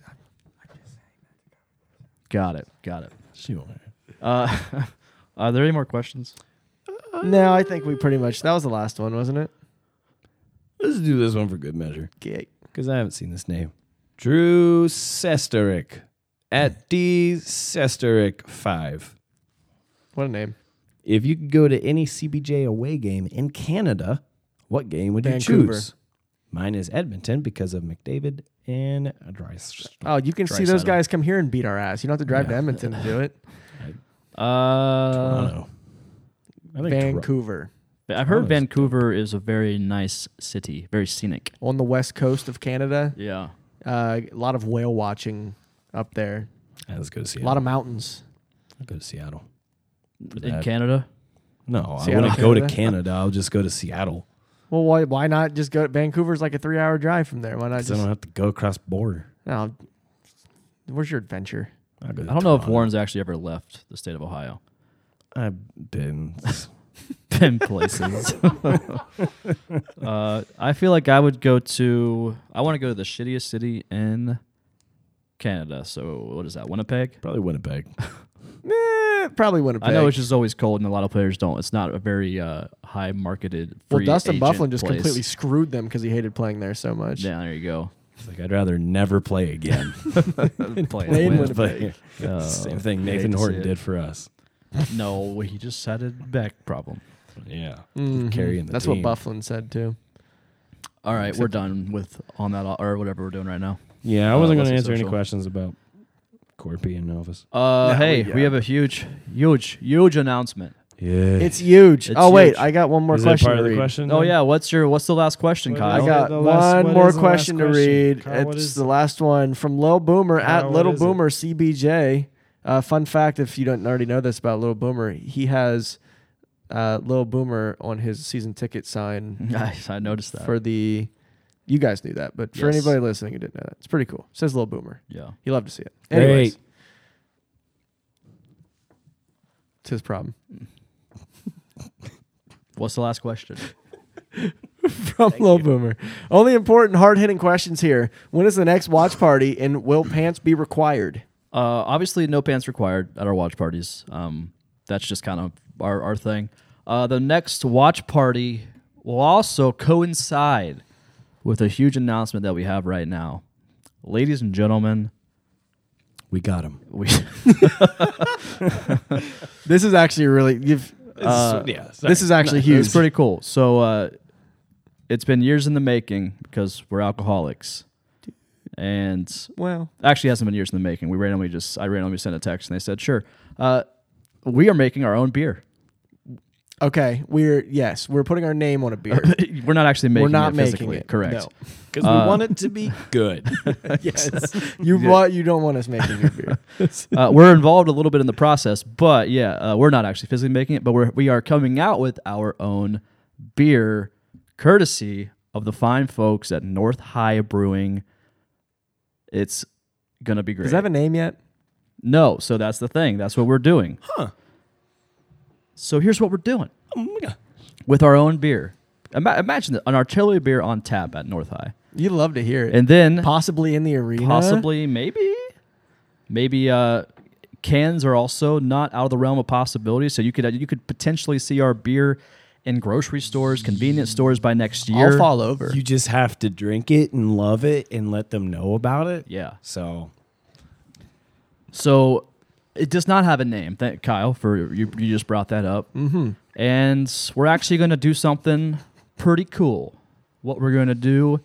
D: got it, got it.
E: She won't.
D: Uh, *laughs* are there any more questions? Uh,
A: no, I think we pretty much, that was the last one, wasn't it?
E: Let's do this one for good measure.
A: Okay.
E: because I haven't seen this name. Drew Sesterick at D Sesterick five.
A: What a name.
E: If you could go to any CBJ away game in Canada, what game would you
A: Vancouver.
E: choose? Mine is Edmonton because of McDavid and Dries.
A: Oh, you can see
D: Dreisaitl.
A: those guys come here and beat our ass. You don't have to drive to Edmonton to
D: *laughs*
A: do it.
D: Uh,
E: Toronto. I think Tor-
A: Vancouver.
D: I've heard Vancouver is a very nice city, very scenic.
A: on the west coast of Canada.
D: Yeah,
A: Uh, a lot of whale watching up there.
E: Yeah, let's go to
A: A
E: Seattle.
A: lot of mountains.
E: I'll go to Seattle.
D: in
E: That-
D: Canada.
E: No,
A: Seattle,
E: I
A: *laughs*
E: wouldn't go to
A: Canada?
E: Canada. I'll just go to Seattle.
A: Well, why why not just go? Vancouver's like a three hour drive from there. Why not
E: 'Cause I
A: just?
E: don't have to go across border.
A: No, Where's your adventure?
G: I'll go to
D: I don't know if
G: Toronto.
D: Warren's actually ever left the state of Ohio.
G: I've been.
D: Been places. *laughs* uh, I feel like I would go to. I want to go to the shittiest city in Canada. So what is that? Winnipeg.
G: Probably Winnipeg.
A: Eh, probably Winnipeg.
D: I know it's just always cold, and a lot of players don't. It's not a very uh, high marketed.
A: well,
D: free
A: Dustin
D: agent
A: Bufflin just
D: place.
A: completely screwed them because he hated playing there so much.
D: Yeah, there you go.
G: It's like I'd rather never play *laughs* again.
A: Play *laughs* in Winnipeg.
G: But *laughs* same thing
D: uh, Oh, hate
G: Nathan
D: to see
G: Horton
D: it.
G: did for us.
D: *laughs* no, he just had a back problem.
G: Yeah,
A: Mhm.
G: carrying the
A: That's
G: team.
A: what Bufflin said too.
D: All right, we're done with on that or whatever we're doing right now.
G: Yeah, I
D: Uh,
G: wasn't going
D: Leslie
G: to answer any
D: Social.
G: questions about Corpy and Novus.
D: Uh,
A: No,
D: hey,
A: we-
D: we have a huge, huge, huge announcement.
G: Yeah,
A: It's huge.
D: It's
A: oh wait,
D: huge.
A: I got one more
G: Is it
A: question.
G: part
A: to
G: of the
A: read.
G: question?
D: Oh
G: then?
D: yeah, what's your what's the last question,
G: What
D: Kyle?
A: I got
G: The last-
A: one
G: what
A: more
G: is the last
A: question to
G: question?
A: read.
G: Kyle, what
A: it's
G: is-
A: the last one from Lil Boomer
G: Kyle,
A: at
G: what
A: Little
G: is it?
A: Boomer CBJ. Uh, fun fact: If you don't already know this about Little Boomer, he has uh, Little Boomer on his season ticket
G: *laughs*
A: sign
D: Nice, *laughs* I noticed that.
A: for the. You guys knew that, but for
D: Yes.
A: anybody listening who didn't know that, it's pretty cool. It says Little Boomer.
D: yeah,
A: You love to see it.
G: Great.
A: Anyways, it's his problem.
D: what's the last question?
A: from Low Boomer. Only important, hard hitting questions here. When is the next watch party, and will pants be required?
D: Uh, obviously, no pants required at our watch parties. Um, that's just kind of our our thing. Uh, the next watch party will also coincide with a huge announcement that we have right now, ladies and gentlemen.
G: we got him.
D: We *laughs*
A: This is actually really you've. uh,
G: yeah,
A: this is actually
D: It
A: huge.
D: was pretty cool. So uh, it's been years in the making because we're alcoholics, and
A: well.
D: actually hasn't been years in the making. We randomly just I randomly sent a text and they said, "Sure, uh, we are making our own beer. *laughs*
A: Okay, we're yes, we're putting our name on a beer.
D: we're not actually making
A: we're not
D: it
A: making
D: physically.
A: it.
D: Correct.
G: because we want it to *laughs* be good.
A: No. *laughs* yes, you want you don't want us making your beer.
D: *laughs* uh, we're involved a little bit in the process, but yeah, uh, we're not actually physically making it, but we're we are coming out with our own beer, courtesy of the fine folks at North High Brewing. It's gonna be great.
A: Does that have a name yet?
D: No, so that's the thing. That's what we're doing. Huh. So here's what we're doing with our own beer. Ima- imagine that, an artillery beer on tap at North High,
A: You'd love to hear it,
D: and then
A: possibly in the arena.
D: possibly, maybe, maybe uh, cans are also not out of the realm of possibility. So you could you could potentially see our beer in grocery stores, convenience stores by next year.
A: I'll fall over.
G: you just have to drink it and love it and let them know about it.
D: Yeah.
G: So
D: So it does not have a name. Thank Kyle for you. You just brought that up. Mm-hmm. And we're actually going to do something pretty cool. What we're going to do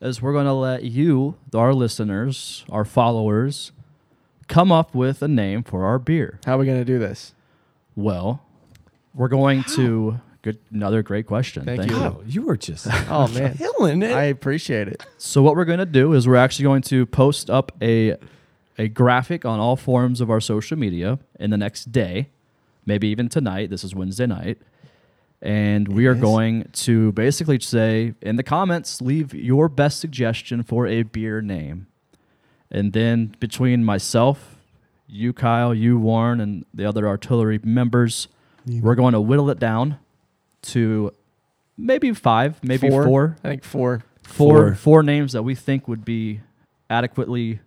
D: is we're going to let you, our listeners, our followers, come up with a name for our beer.
A: How are we gonna do this?
D: Well, we're going to. Good, another great question.
A: Thank you.
G: oh, you were *laughs* just
A: Oh man,
G: killing it.
A: I appreciate it.
D: So what we're going to do is we're actually going to post up a a graphic on all forms of our social media in the next day, maybe even tonight. This is Wednesday night. And we are going to basically say in the comments, leave your best suggestion for a beer name. And then between myself, you, Kyle, you, Warren, and the other artillery members, we're going to whittle it down to maybe five, maybe
A: four,
D: four
A: I think four.
D: four
G: Four.
D: four names that we think would be adequately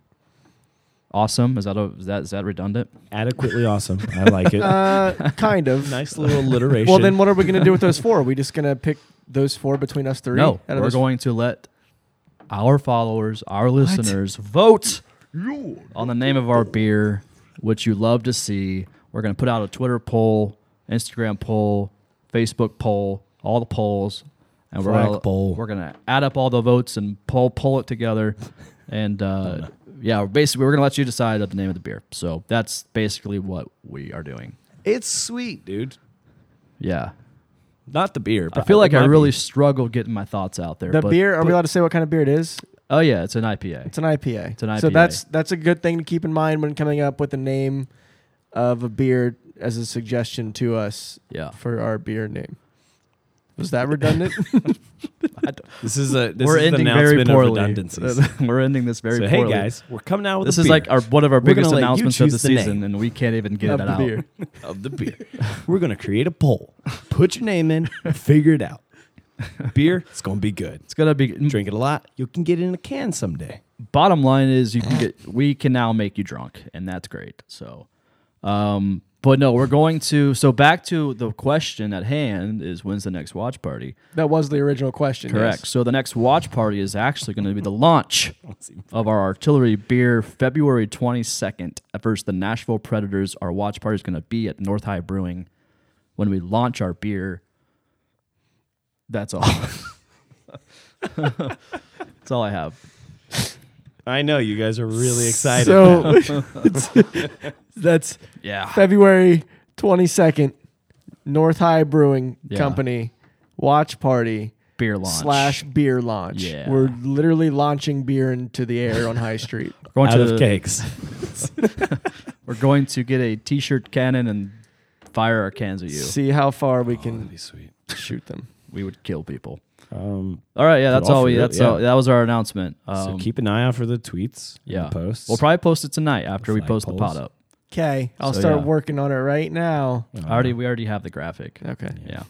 D: awesome. Is that a, is that is that redundant?
G: Adequately awesome. I like it.
A: Uh, kind of.
G: nice little alliteration.
A: Well, then what are we gonna do with those four? Are we just gonna pick those four between us three?
D: No,
A: Out of
D: we're
A: those
D: going to let our followers, our listeners, vote on the name of our beer, which you love to see. We're going to put out a Twitter poll, Instagram poll, Facebook poll, all the polls, and we're
G: Flag
D: gonna,
G: poll.
D: We're going to add up all the votes and poll pull
A: *laughs*
D: it together, and uh, yeah, we're basically we're going to let you decide the name of the beer. So that's basically what we are doing.
G: it's sweet, dude.
D: Yeah.
G: Not the beer.
D: I
G: But
D: feel like
G: it
D: I
G: might
D: really
G: be.
D: struggled getting my thoughts out there.
A: The
D: but-
A: beer. Are we allowed to say what kind of beer it is?
D: Oh yeah, it's an IPA.
A: It's an IPA. It's
D: an
A: So
D: IPA.
A: that's that's a good thing to keep in mind when coming up with the name of a beer as a suggestion to us
D: Yeah.
A: for our beer name. Was that
D: *laughs*
A: redundant?
E: This is a this
D: we're
E: is
D: ending
E: the
D: very
E: announcement
D: poorly.
E: of redundancies.
D: *laughs* we're ending this very
E: so hey
D: poorly.
E: guys, we're coming out with
D: this
E: a
D: is
E: beer *laughs*
D: like our one of our
E: gonna
D: biggest
E: let you
D: announcements of
E: choose
D: the,
E: the name.
D: season, and we can't even get
A: Of
D: it
A: the
D: out.
A: beer.
E: of the beer. *laughs* we're gonna create a poll. Put your name in. Figure it out. Beer, it's gonna be good.
D: It's gonna be
E: Drink it a lot. You can get it in a can someday.
D: bottom line is you can get we can now make you drunk and that's great so um but no we're going to so back to the question at hand is when's the next watch party
A: that was the original question.
D: correct so the next watch party is actually going to be the launch of our artillery beer february 22nd versus the nashville predators our watch party is going to be at north high brewing when we launch our beer that's all *laughs* that's all i have
E: I know you guys are really
A: Yes.
E: excited.
A: So it's- that's
D: yeah
A: February 22nd, North High Brewing
D: Yeah.
A: Company watch party
D: beer launch
A: slash beer launch.
D: Yeah.
A: We're literally launching beer into the air on High Street.
D: We're going
E: out
D: to
E: of
D: *laughs*
E: cakes.
D: We're going to get a t-shirt cannon and fire our cans at you. Oh,
A: See how far we can
E: Oh, sweet.
A: shoot them.
D: We would kill people.
E: Um,
D: All right, yeah,
E: Could
D: that's all
E: offer
D: we.
E: it,
D: That's
E: yeah.
D: all. That was our announcement.
E: so
D: Um,
E: keep an eye out for the tweets. and
D: yeah,
E: the posts.
D: We'll probably post it tonight after we
E: Flag
D: post the
E: polls.
D: pot up.
A: Okay, I'll
D: So,
A: start
D: yeah.
A: working on it right now.
E: Um,
D: I already, we already have the graphic.
A: Okay,
D: Yeah,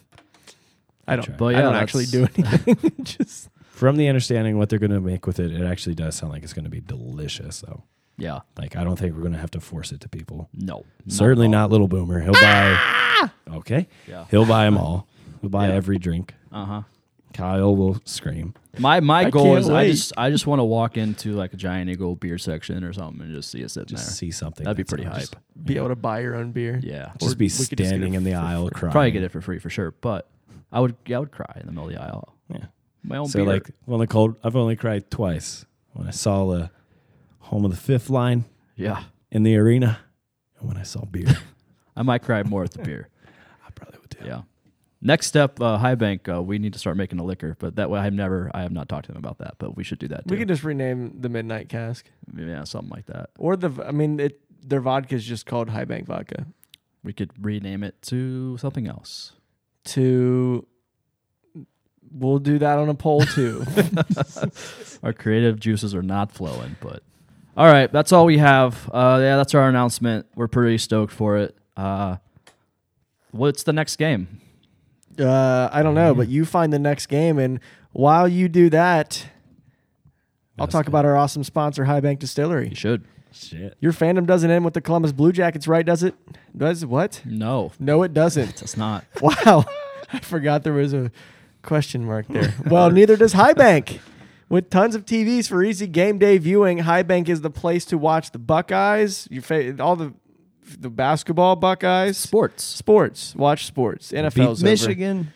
A: I don't.
D: but yeah,
A: I don't
D: that's-
A: actually do
D: *laughs*
A: anything. *laughs* Just
E: from the understanding what they're going to make with it, it actually does sound like it's going to be delicious, though.
D: Yeah,
E: Like, I don't think we're going to have to force it to people.
D: no, not
E: Certainly
D: at all.
E: not Little Boomer. He'll buy. Okay.
D: Yeah.
E: He'll buy them all. He'll buy every drink.
D: Uh huh.
E: Kyle will scream.
D: My my
A: I
D: goal
A: can't
D: is I
A: wait.
D: just I just want to walk into like a giant eagle beer section or something and just see it sitting
E: Just
D: there.
E: see something.
D: That'd be
E: that's
D: pretty
E: all.
D: hype.
E: Just,
A: be able to buy your own beer.
D: yeah,
E: just be
A: we could just get
E: standing
A: it
E: in the aisle crying.
D: probably get it for free for sure. But I would yeah, I would cry in the middle of the aisle.
E: Yeah.
D: My own
E: So
D: beer.
E: like I've only called I've only cried twice when I saw the home of the fifth line
D: yeah,
E: in the arena and when I saw beer.
D: I might cry more at the beer.
E: *laughs* I probably would do.
D: Yeah. Next step, uh, High Bank. Uh, we need to start making a liquor, but that way I've never, I have not talked to them about that, but we should do that. Too.
A: We could just rename the Midnight Cask
D: yeah, something like that.
A: or the. I mean, it, their vodka is just called High Bank Vodka.
D: We could rename it to something else.
A: To we'll do that on a poll *laughs* too.
D: Our creative juices are not flowing, but all right, that's all we have. Uh, yeah, that's our announcement. We're pretty stoked for it. Uh, what's the next game?
A: uh, I don't know, but you find the next game, and while you do that, I'll talk about our awesome sponsor, High Bank Distillery.
D: You should.
E: Shit.
A: Your fandom doesn't end with the Columbus Blue Jackets, right? Does it? Does what?
D: No,
A: No, it doesn't. *laughs*
D: that's not.
A: Wow. I forgot there was a question mark
E: *laughs*
A: there. Well, neither does High Bank. With tons of TVs for easy game day viewing, High Bank is the place to watch the Buckeyes, your fa- all the the basketball Buckeyes,
D: Sports.
A: sports, watch sports. NFL's
E: Beat
A: over.
E: Michigan.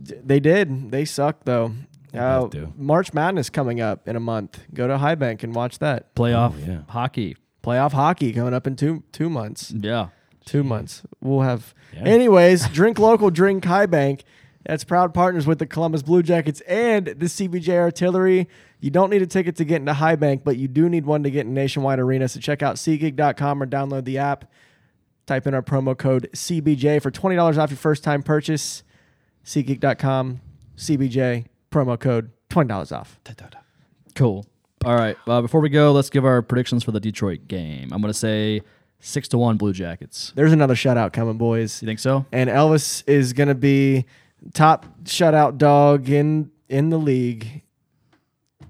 A: D- They did. They suck though. Uh,
E: both do.
A: March Madness coming up in a month. Go to High Bank and watch that.
D: Playoff
E: Oh, yeah.
D: hockey.
A: Playoff hockey coming up in two two months.
D: Yeah.
A: Two months. We'll have.
E: Yeah.
A: Anyways, drink local, drink High Bank. That's proud partners with the Columbus Blue Jackets and the CBJ Artillery. You don't need a ticket to get into High Bank, but you do need one to get in Nationwide Arena. So check out SeaGeek.com or download the app. Type in our promo code CBJ for $20 off your first time purchase. SeaGeek.com, CBJ, promo code $20 off.
D: Cool. All right. Uh, before we go, let's give our predictions for the Detroit game. I'm going to say six to one Blue Jackets.
A: There's another shutout coming, boys.
D: You think so?
A: and Elvis is gonna be top shutout dog in in the league.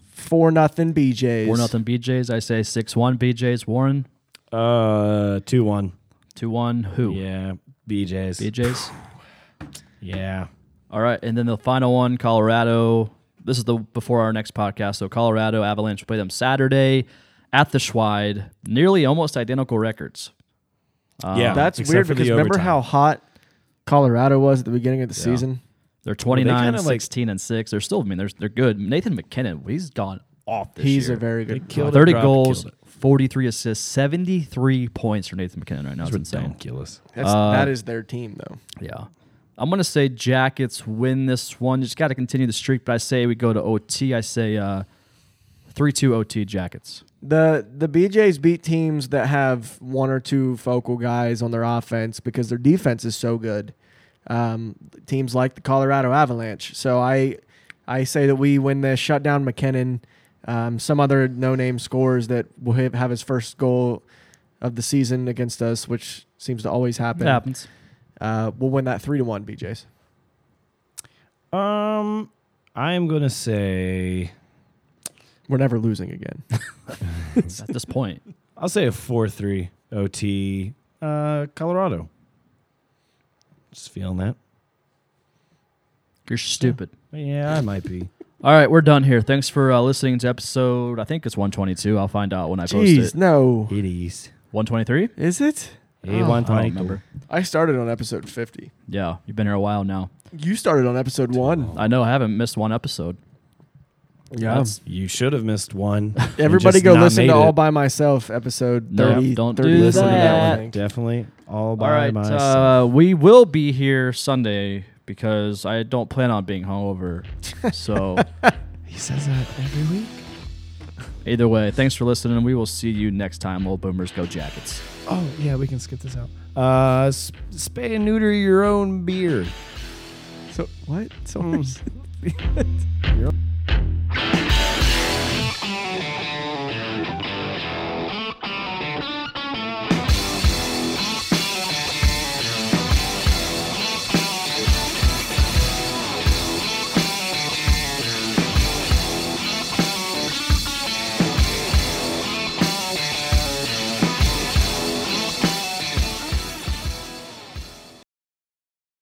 A: Four nothing BJ's.
D: Four nothing BJ's. I say six one BJ's. Warren
E: Uh two one.
D: two one. Who?
E: Yeah. BJ's.
D: BJ's.
E: Yeah.
D: All right. And then the final one, Colorado. This is the before our next podcast. So Colorado Avalanche play them Saturday at the Schwide. Nearly almost identical records.
E: yeah.
A: That's
E: except
A: weird
E: for the
A: because remember
E: overtime.
A: how hot Colorado was at the beginning of the season.
D: They're 29,
E: kinda, like-
D: 16, and six. They're still. I mean, they're they're good. Nathan McKinnon. He's gone off this
A: He's
D: year.
A: a very good.
E: killed
D: Thirty
E: dropped,
D: goals,
E: killed
D: forty-three assists, seventy-three points for Nathan McKinnon right now. It's insane.
E: Ridiculous.
A: That's, that is their team though.
D: Yeah, I'm gonna say Jackets win this one. Just got to continue the streak, but I say we go to OT. I say uh, three-two OT Jackets.
A: The the BJ's beat teams that have one or two focal guys on their offense because their defense is so good. um, teams like the Colorado Avalanche. So I I say that we win this, shut down McKinnon, um, some other no name scores that will have have his first goal of the season against us, which seems to always happen.
D: It happens.
A: Uh, we'll win that three to one, BJ's.
E: Um, I am gonna say
A: We're never losing again.
D: At this point,
E: I'll say a four-three OT uh, Colorado. Just feeling that.
D: you're stupid.
E: Yeah, I might be.
D: All right, we're done here. Thanks for uh, listening to episode. I think it's 122. I'll find out when I post
A: Jeez,
D: it.
A: no.
E: It is.
D: 123.
A: Is it?
D: Oh.
E: Hey, one
D: I don't
E: time.
D: remember.
A: I started on episode 50.
D: Yeah, you've been here a while now.
A: You started on episode one.
D: I know I haven't missed one episode.
A: Yeah.
E: That's- you should have missed *laughs* one. You
A: Everybody
E: just
A: go
E: not
A: listen
E: made
A: to
E: it.
A: All By Myself episode
D: No,
A: 30.
D: don't do
A: 30
D: Listen to that
A: I
D: one.
A: think.
E: Definitely all by
D: All right,
E: myself.
D: uh, we will be here Sunday because I don't plan on being hungover. So
E: he says that every week.
D: either way, thanks for listening. We will see you next time. Old boomers go jackets.
E: Oh yeah, we can skip this out. Uh, sp- spay and neuter your own beer. Hmm. *laughs*
A: So, what? So
E: Mm.